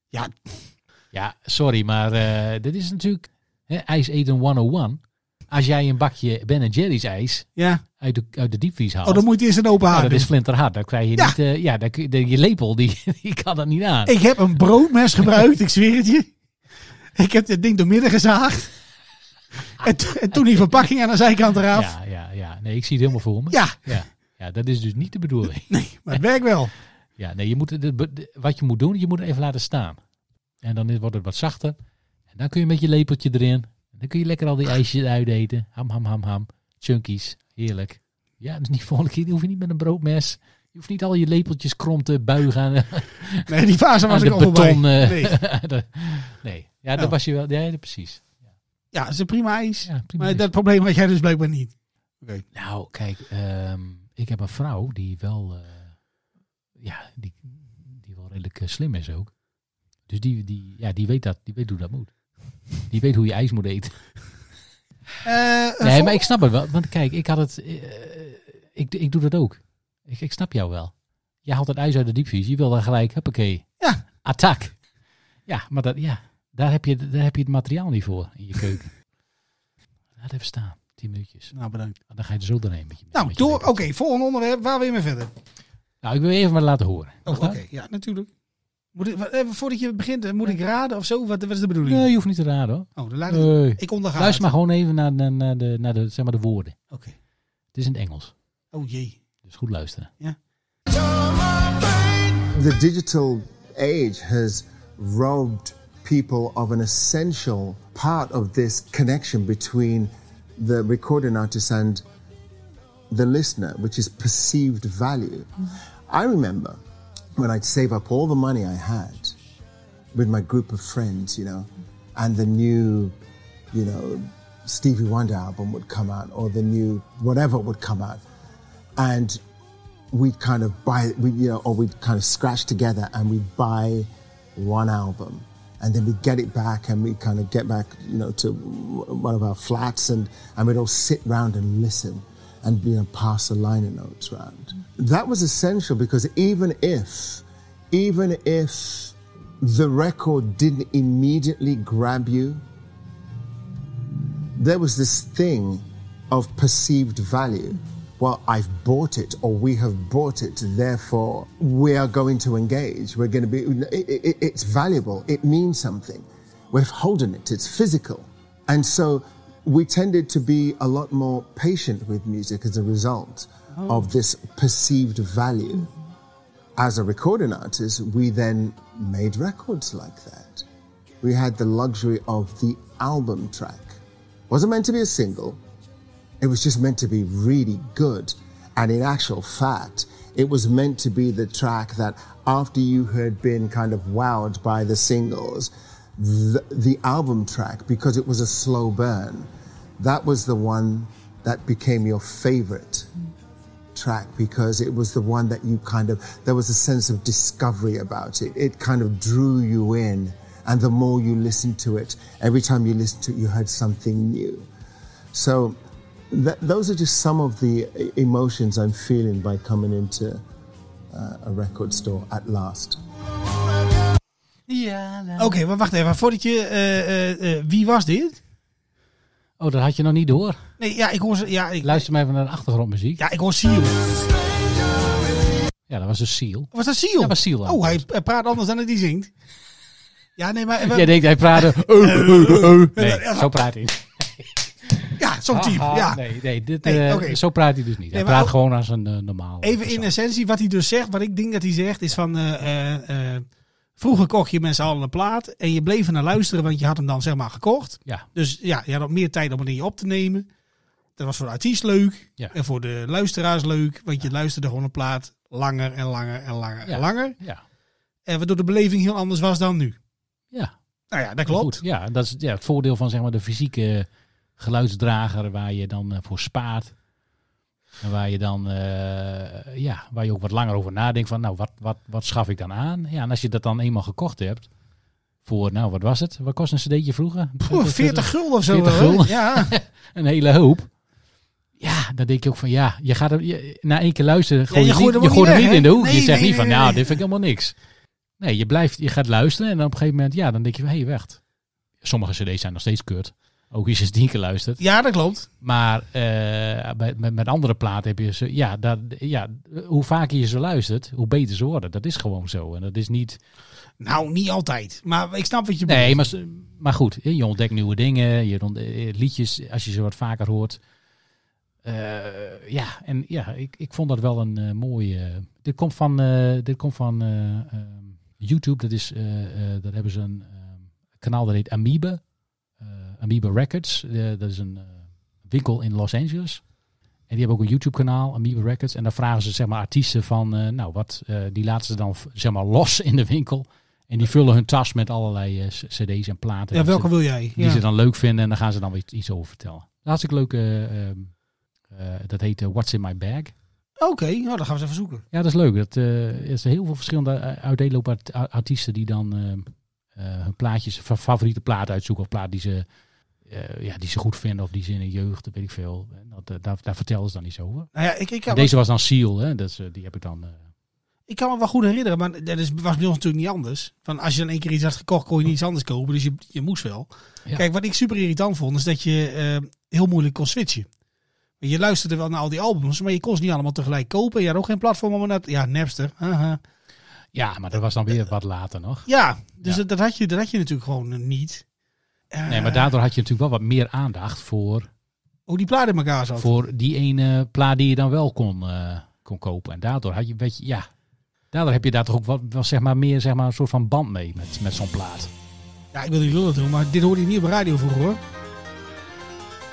Speaker 5: Ja.
Speaker 1: Ja, sorry, maar eh, dit is natuurlijk hè, ijs eten 101. Als jij een bakje Ben Jerry's ijs
Speaker 5: Ja.
Speaker 1: uit de, uit de diepvries haalt,
Speaker 5: Oh, dan moet je eerst een open
Speaker 1: ja,
Speaker 5: haard
Speaker 1: dat
Speaker 5: doen.
Speaker 1: is flinterhard. Dan krijg je
Speaker 5: Ja.
Speaker 1: niet, eh, ja, dan kun je- de- je lepel die, die kan dat niet aan.
Speaker 5: Ik heb een broodmes gebruikt, ik zweer het je. Ik heb dit ding doormidden gezaagd. En, to- en toen die verpakking aan de zijkant eraf. Ja,
Speaker 1: ja, ja, ja, nee, ik zie het helemaal voor me. ja, Ja, dat is dus niet de bedoeling.
Speaker 5: maar het werkt wel.
Speaker 1: Ja, nee, je moet, het- het- de- wat je moet doen, je moet het even laten staan. En dan is- wordt het wat zachter. En dan kun je met je lepeltje erin. Dan kun je lekker al die ijsjes uiteten. Ham, ham, ham, ham. Chunkies. Heerlijk. Ja, dus niet volgende keer. Die hoef je niet met een broodmes. Je hoeft niet al je lepeltjes krom te buigen aan,
Speaker 5: Nee, die fase was
Speaker 1: aan
Speaker 5: ik
Speaker 1: de
Speaker 5: al voorbij.
Speaker 1: beton. eh,
Speaker 5: Nee.
Speaker 1: dat- nee. Ja, dat
Speaker 5: Nou.
Speaker 1: was je wel. Ja, precies.
Speaker 5: Ja, ze prima ijs.
Speaker 1: Ja, prima
Speaker 5: maar
Speaker 1: is.
Speaker 5: dat probleem had jij dus blijkbaar niet. Oké.
Speaker 1: Nou, kijk, ehm, ik heb een vrouw die wel, eh, ja, die, die wel redelijk eh, slim is ook. Dus die, die, ja, die, weet dat, die weet hoe dat moet. Die weet hoe je ijs moet eten.
Speaker 5: Eh,
Speaker 1: Nee,
Speaker 5: vol-
Speaker 1: maar ik snap het wel. Want kijk, ik had het. eh, ik, ik doe dat ook. Ik, ik snap jou wel. Jij haalt het ijs uit de diepvries. Je wil dan gelijk, huppakee.
Speaker 5: Ja.
Speaker 1: Attack. Ja, maar dat, ja, daar, heb je, daar heb je het materiaal niet voor in je keuken. Laat even staan. Tien minuutjes. Oh,
Speaker 5: Nou, bedankt.
Speaker 1: Dan ga je er zo doorheen. Met je,
Speaker 5: Nou,
Speaker 1: met je
Speaker 5: door. Oké,
Speaker 1: lepel.
Speaker 5: volgende onderwerp. Waar weer mee verder?
Speaker 1: Nou, ik wil je even maar laten horen.
Speaker 5: Oh,
Speaker 1: Mag
Speaker 5: oké.
Speaker 1: dat?
Speaker 5: Ja, natuurlijk. Moet ik, wat- even voordat je begint, eh, moet ik raden of zo? Wat, wat is de bedoeling?
Speaker 1: Nee, eh, je hoeft niet te raden hoor.
Speaker 5: Oh, dan laat ik,
Speaker 1: Nee.
Speaker 5: ik onderga.
Speaker 1: Luister maar gewoon even naar, naar, naar, de, naar de, zeg maar de woorden.
Speaker 5: Oké.
Speaker 1: Het is in het Engels.
Speaker 5: Oh jee.
Speaker 1: Dus goed luisteren.
Speaker 10: The digital age has robbed people of an essential part of this connection between the recording artist and the listener, which is perceived value. I remember when I'd save up all the money I had with my group of friends, you know, and the new, you know, Stevie Wonder album would come out or the new whatever would come out. And we'd kind of buy, we, you know, or we'd kind of scratch together and we'd buy one album. And then we'd get it back and we'd kind of get back, you know, to w- one of our flats and, and we'd all sit round and listen and, you know, pass the liner notes round. That was essential because even if, even if the record didn't immediately grab you, there was this thing of perceived value. Well, I've bought it, or we have bought it, therefore we are going to engage. We're going to be, it, it, it's valuable, it means something. We're holding it, it's physical. And so we tended to be a lot more patient with music as a result of this perceived value. As a recording artist, we then made records like that. We had the luxury of the album track wasn't meant to be a single. It was just meant to be really good. And in actual fact, it was meant to be the track that after you had been kind of wowed by the singles, the, the album track, because it was a slow burn, that was the one that became your favorite track because it was the one that you kind of there was a sense of discovery about it it kind of drew you in and the more you listened to it every time you listened to it you heard something new so th- those are just some of the e- emotions i'm feeling by coming into uh, a record store at last
Speaker 5: Oké, maar wacht even. Voordat je. eh, eh, eh, wie was dit?
Speaker 1: Oh, dat had je nog niet door.
Speaker 5: Nee, ja, ik hoor. ze- Ja, ik,
Speaker 1: Luister maar even naar de achtergrondmuziek. Ja,
Speaker 5: ja, ik hoor Seal.
Speaker 1: dat was dus Seal.
Speaker 5: Was dat Seal?
Speaker 1: Dat was Seal.
Speaker 5: Oh, hij hij praat anders dan dat hij zingt. Ja, nee, maar.
Speaker 1: Jij denkt, hij praatte. eh, eh, eh. Nee, zo praat hij. niet.
Speaker 5: ja, zo'n type.
Speaker 1: Ah,
Speaker 5: Ja.
Speaker 1: Nee, nee, dit,
Speaker 5: Nee,
Speaker 1: eh,
Speaker 5: oké.
Speaker 1: zo praat hij dus niet. Hij
Speaker 5: Nee, maar
Speaker 1: praat
Speaker 5: ook-
Speaker 1: gewoon als een eh, normaal.
Speaker 5: Even
Speaker 1: persoon.
Speaker 5: in essentie, wat hij dus zegt, wat ik denk dat hij zegt, is van... eh, eh, eh, vroeger kocht je mensen allen een plaat en je bleef er naar luisteren, want je had hem dan zeg maar gekocht.
Speaker 1: Ja,
Speaker 5: Dus ja, je had ook meer tijd om het in je op te nemen. Dat was voor de artiest leuk
Speaker 1: Ja.
Speaker 5: en voor de luisteraars leuk, want je luisterde gewoon een plaat langer en langer en langer
Speaker 1: Ja.
Speaker 5: en langer.
Speaker 1: ja,
Speaker 5: En waardoor de beleving heel anders was dan nu.
Speaker 1: ja.
Speaker 5: Nou ja, dat klopt.
Speaker 1: Goed, ja, dat is ja, het voordeel van zeg maar, de fysieke geluidsdrager waar je dan eh, voor spaart. En waar je dan, eh, ja, waar je ook wat langer over nadenkt van, nou, wat, wat, wat schaf ik dan aan? Ja, en als je dat dan eenmaal gekocht hebt, voor, nou, wat was het? Wat kost een cd'tje vroeger?
Speaker 5: Poeh, 40 gulden of zo.
Speaker 1: 40
Speaker 5: hè?
Speaker 1: gulden.
Speaker 5: Ja.
Speaker 1: een hele hoop. Ja, dan denk je ook van ja, je gaat hem je- na één keer luisteren. Gooi
Speaker 5: je
Speaker 1: je,
Speaker 5: gooit
Speaker 1: niet,
Speaker 5: hem
Speaker 1: je
Speaker 5: ook
Speaker 1: gooit
Speaker 5: niet
Speaker 1: hem
Speaker 5: weg,
Speaker 1: niet in de
Speaker 5: hè?
Speaker 1: hoek.
Speaker 5: Nee,
Speaker 1: je zegt
Speaker 5: nee,
Speaker 1: niet van
Speaker 5: nee,
Speaker 1: nou,
Speaker 5: nee.
Speaker 1: dit vind ik helemaal niks. Nee, je, blijft, je gaat luisteren en dan op een gegeven moment, ja, dan denk je van hé, hey, wacht. Sommige cd's zijn nog steeds kut. Ook als je ze tien keer luistert.
Speaker 5: ja, dat klopt.
Speaker 1: Maar eh, bij- met, met andere platen heb je ze, ja, dat, ja, hoe vaker je ze luistert, hoe beter ze worden. Dat is gewoon zo. En dat is niet,
Speaker 5: Nou, niet altijd. Maar ik snap wat je
Speaker 1: Nee,
Speaker 5: bedoelt.
Speaker 1: maar, s- maar goed, je ontdekt nieuwe dingen, je ont- eh, liedjes, als je ze wat vaker hoort. Eh, ja, en ja, ik, ik vond dat wel een eh, mooie. dit komt van, eh, dit komt van eh, ehm, YouTube, dat is, eh, eh, daar hebben ze een ehm, kanaal dat heet Amoeba. Eh, Amoeba Records, eh, dat is een eh, winkel in Los Angeles. En die hebben ook een YouTube-kanaal, Amoeba Records. En daar vragen ze zeg maar, artiesten van, eh, nou wat, eh, die laten ze dan zeg maar, los in de winkel. En die vullen hun tas met allerlei eh, c- cd's en platen.
Speaker 5: Ja,
Speaker 1: die
Speaker 5: welke
Speaker 1: ze,
Speaker 5: wil jij?
Speaker 1: die
Speaker 5: Ja.
Speaker 1: ze dan leuk vinden en daar gaan ze dan weer iets over vertellen. Hartstikke leuke eh, ehm, Eh, dat heet eh, What's in My Bag.
Speaker 5: Oké, nou dan gaan we eens even zoeken.
Speaker 1: Ja, dat is leuk. Dat eh, is heel veel verschillende eh, uiteenlopen art- a- artiesten die dan eh, eh, hun plaatjes, fa- favoriete plaat uitzoeken of plaat die ze, eh, ja, die ze goed vinden of die ze in hun jeugd, weet ik veel. En Dat, eh, daar, daar vertellen ze dan iets over.
Speaker 5: Nou ja, ik, ik,
Speaker 1: En
Speaker 5: kan,
Speaker 1: Deze was dan Seal, hè? Dat is, eh, die heb ik dan. eh,
Speaker 5: ik kan me wel goed herinneren, maar dat is, was bij ons natuurlijk niet anders. Van als je dan één keer iets had gekocht, kon je niet iets anders kopen, dus je, je moest wel.
Speaker 1: Ja.
Speaker 5: Kijk, wat ik super irritant vond, is dat je eh, heel moeilijk kon switchen. Je luisterde wel naar al die albums, maar je kon ze niet allemaal tegelijk kopen. Je had ook geen platform om naar... Ja, Napster. haha.
Speaker 1: ja, maar dat was dan weer wat later nog.
Speaker 5: Ja, dus
Speaker 1: Ja.
Speaker 5: Dat, dat had je, dat had je natuurlijk gewoon eh, niet. Eh,
Speaker 1: Nee, maar daardoor had je natuurlijk wel wat meer aandacht voor,
Speaker 5: Hoe die plaat in elkaar zat.
Speaker 1: voor die ene plaat die je dan wel kon, eh, kon kopen. En daardoor had je, weet je, ja. Daardoor heb je daar toch ook wat, wel, zeg maar, meer zeg maar, een soort van band mee met, met zo'n plaat.
Speaker 5: Ja, ik wil niet lullen doen, maar dit hoorde je niet op de radio vroeger hoor.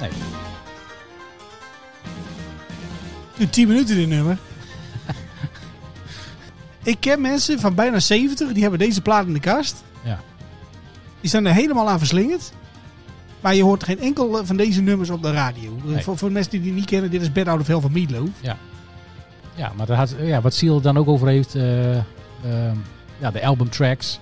Speaker 1: Nee.
Speaker 5: Nu 10 minuten dit nummer. ik ken mensen van bijna 70, die hebben deze plaat in de kast.
Speaker 1: Ja.
Speaker 5: Die zijn er helemaal aan verslingerd. Maar je hoort geen enkel eh, van deze nummers op de radio. Eh,
Speaker 1: Nee.
Speaker 5: Voor, voor mensen die die niet kennen, dit is Bed Out of Hell van Meatloaf.
Speaker 1: Ja, maar dat had, ja, wat Seal dan ook over heeft, eh, ehm, ja, de albumtracks.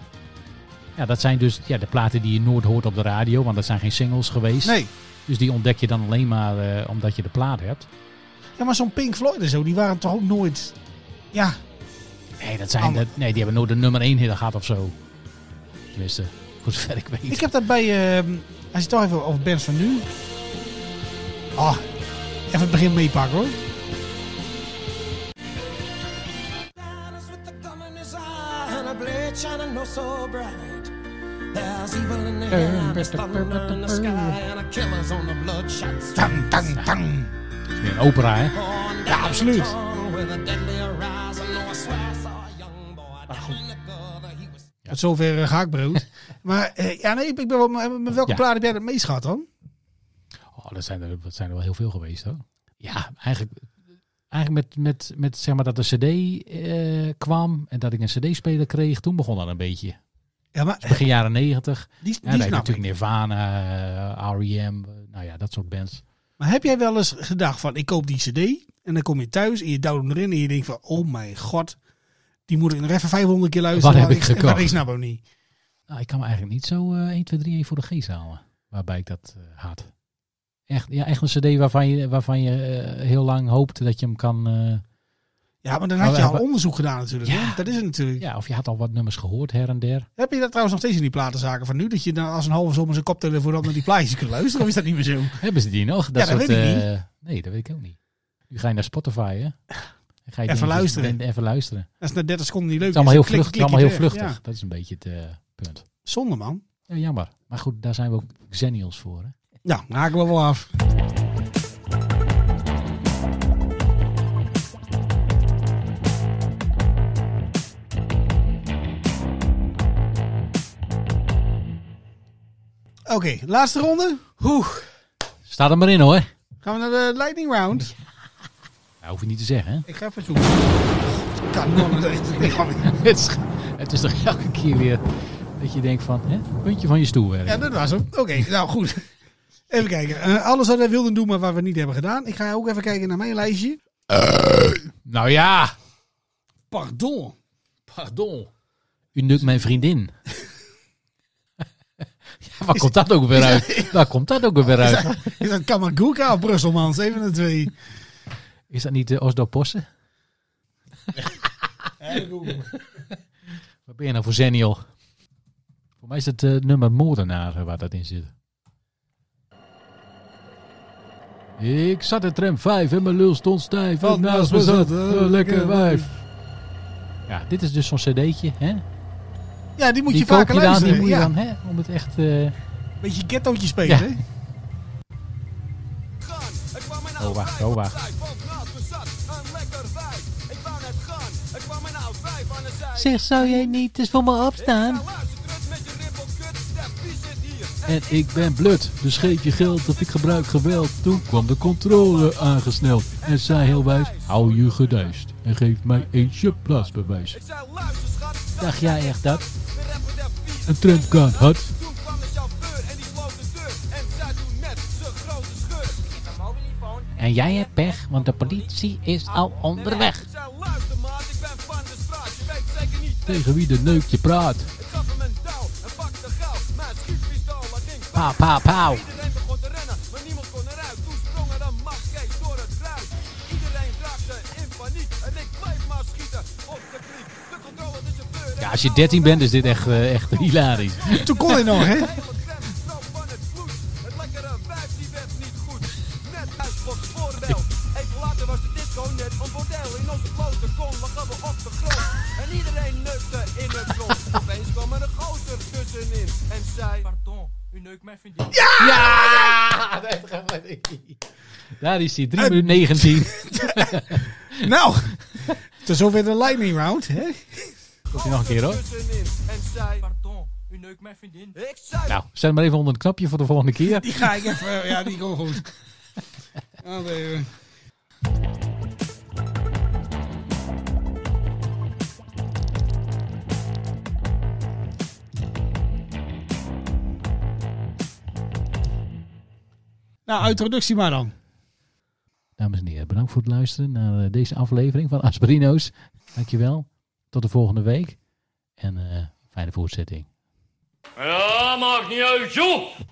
Speaker 1: Ja, dat zijn dus ja, de platen die je nooit hoort op de radio, want dat zijn geen singles geweest.
Speaker 5: Nee.
Speaker 1: Dus die ontdek je dan alleen maar eh, omdat je de plaat hebt.
Speaker 5: Ja, maar zo'n Pink Floyd en zo, die waren toch ook nooit... Ja,
Speaker 1: Nee, dat zijn
Speaker 5: Ander-
Speaker 1: dat, nee die hebben nooit de nummer 1 hit gehad of zo. Tenminste, voor zover ik weet.
Speaker 5: ik heb dat bij... ehm, als je het toch even over bands van nu... Ah, even het begin meepakken hoor.
Speaker 9: Battles with the thumb in his eye and a blade shining oh so bright. There's evil in the
Speaker 1: Eh,
Speaker 9: air, there's thunder in the sky, and a killer's on the bloodshot street.
Speaker 5: Tang, tang, tang.
Speaker 1: Het is meer een opera, hè?
Speaker 9: Born down
Speaker 5: Ja,
Speaker 9: the
Speaker 5: absoluut.
Speaker 9: tunnel with a deadly horizon. Oh, I swear I saw a young boy down in the gutter, he was-
Speaker 5: Tot zover eh, gehaktbrood. maar eh, ja, nee, ik ben wel, maar met welke
Speaker 1: Ja.
Speaker 5: plaat heb jij het meest gehad dan?
Speaker 1: Oh, dat zijn er, dat zijn er wel heel veel geweest, hoor. Ja, eigenlijk, eigenlijk met, met, met zeg maar dat de cd eh, kwam en dat ik een cd-speler kreeg, toen begon dat een beetje.
Speaker 5: Ja, maar
Speaker 1: Begin jaren negentig.
Speaker 5: die,
Speaker 1: Ja,
Speaker 5: die
Speaker 1: nee,
Speaker 5: snap ik.
Speaker 1: natuurlijk Nirvana, eh, R.E.M., eh, nou ja, dat soort bands.
Speaker 5: Maar heb jij wel eens gedacht van, ik koop die cd en dan kom je thuis en je duwt hem erin en je denkt van, oh mijn god, die moet ik nog even 500 keer luisteren.
Speaker 1: Wat heb
Speaker 5: want
Speaker 1: ik gekocht?
Speaker 5: want Ik snap hem niet.
Speaker 1: Nou, ik kan me eigenlijk niet zo eh 1, 2, 3, 1 voor de geest halen waarbij ik dat eh, had. Echt, ja, echt een cd waarvan je, waarvan je eh, heel lang hoopt dat je hem kan... eh,
Speaker 5: Ja, maar dan had
Speaker 1: Oh,
Speaker 5: je
Speaker 1: ja,
Speaker 5: al
Speaker 1: maar-
Speaker 5: onderzoek gedaan natuurlijk.
Speaker 1: Ja.
Speaker 5: hè? Dat is het natuurlijk.
Speaker 1: ja, of je had al wat nummers gehoord her en der.
Speaker 5: Heb je dat trouwens nog steeds in die platenzaken van nu? Dat je dan als een halve zomer zijn koptelefoon op naar die plaatjes kunt luisteren? Of is dat niet meer zo?
Speaker 1: Hebben ze die nog? Dat
Speaker 5: dat
Speaker 1: soort,
Speaker 5: weet ik
Speaker 1: eh, Nee, dat weet ik ook niet. Nu ga je naar Spotify, hè? Dan Ga je
Speaker 5: Even
Speaker 1: dingen-
Speaker 5: luisteren.
Speaker 1: Even luisteren.
Speaker 5: Dat is na 30 seconden niet leuk.
Speaker 1: Het is allemaal heel
Speaker 5: dus dan
Speaker 1: vluchtig.
Speaker 5: klik-
Speaker 1: allemaal heel
Speaker 5: klik je
Speaker 1: vluchtig.
Speaker 5: weer. Ja.
Speaker 1: Dat is een beetje het eh, punt.
Speaker 5: Zonde man.
Speaker 1: Ja, jammer. Maar goed, daar zijn we ook xennials voor, hè?
Speaker 5: Nou, raken we wel af. Oké, laatste ronde. Hoe?
Speaker 1: Staat er maar in, hoor.
Speaker 5: Gaan we naar de lightning round?
Speaker 1: Nou, hoef je niet te zeggen, hè?
Speaker 5: Ik ga even zoeken. Kanon,
Speaker 1: Het is, het is toch elke keer weer dat je denkt van, hè, puntje van je stoel
Speaker 5: Ja,
Speaker 1: werken.
Speaker 5: dat was hem. Oké, nou goed. Even kijken. Eh, alles wat wij wilden doen, maar wat we niet hebben gedaan. Ik ga ook even kijken naar mijn lijstje.
Speaker 1: Nou ja,
Speaker 5: Pardon.
Speaker 1: pardon. U nukt mijn vriendin. ja, waar komt dat ook weer uit? Waar komt dat ook weer uit?
Speaker 5: Is dat Kamagurka of Brusselmans? Even de twee.
Speaker 1: Is dat niet de Osdo Posse? Wat ben je nou voor zenial? Voor mij is het eh, nummer moordenaar eh, waar dat in zit. Ik zat in tram 5 en mijn lul stond stijf.
Speaker 5: Wat
Speaker 1: en naast me
Speaker 5: naast me
Speaker 1: zat
Speaker 5: zat
Speaker 1: een
Speaker 5: een
Speaker 1: lekker
Speaker 5: lekker
Speaker 1: wijf. Ja, dit is dus zo'n cd'tje. Hè?
Speaker 5: Ja, die moet
Speaker 1: die
Speaker 5: je vaker
Speaker 1: koop je dan,
Speaker 5: luisteren.
Speaker 1: die moet je
Speaker 5: ja.
Speaker 1: dan, hè? Om het echt... eh,
Speaker 5: Beetje ghettootje spelen.
Speaker 1: Ja.
Speaker 5: hè?
Speaker 1: Oh, wacht, oh, wacht. Zeg, zou jij niet eens voor me opstaan? En ik ben blut, dus geef je geld of ik gebruik geweld. Toen kwam de controle aangesneld en zei heel wijs: Hou je gedijst en geef mij eentje plaatsbewijs. Dacht jij echt dat? Een tramkaart had. En jij hebt pech, want de politie is al onderweg.
Speaker 9: Zo, luister maat, ik ben van de straat. Je weet zeker niet
Speaker 1: Tegen wie de neukje praat.
Speaker 9: Ik gaf hem een touw en pakte goud. Mijn schietpistool, dat ging
Speaker 1: Pauw, pauw, pauw.
Speaker 9: Iedereen begon te rennen, maar niemand kon eruit. Toen sprong er een mafkees door het ruis. Iedereen raakte in paniek en ik bleef maar schieten op de kliek. De controle is een deur.
Speaker 1: Ja, als je 13 bent is dit echt, eh, echt hilarisch.
Speaker 5: Toen kon hij nog, hè?
Speaker 9: Helemaal krem, straf van het vloed. Het lekkere wijf die werd niet goed. Net uit was voorbeeld. Even later was de disco net een bordel. In onze blote kom lagen we op de grond. En iedereen neukte in het rond. Opeens kwam er een gozer tussenin en zei... Pardon, u neukt mijn vriendin.
Speaker 1: Daar is hij, 3 minuten 19.
Speaker 5: Nou, tot zover de lightning round, hè?
Speaker 1: Komt hij nog een keer hoor.
Speaker 9: tussenin en zei... Pardon, u neukt mijn vriendin. Ik zei...
Speaker 1: Nou, zet hem maar even onder het knapje voor de volgende keer.
Speaker 5: Die ga ik even, ja, die komt goed. Nou, even. Nou, introductie maar dan.
Speaker 1: Dames en heren, bedankt voor het luisteren naar eh, deze aflevering van Asperino's. Dankjewel. Tot de volgende week. En eh, fijne voortzetting.
Speaker 3: Ja, maakt niet uit, joh!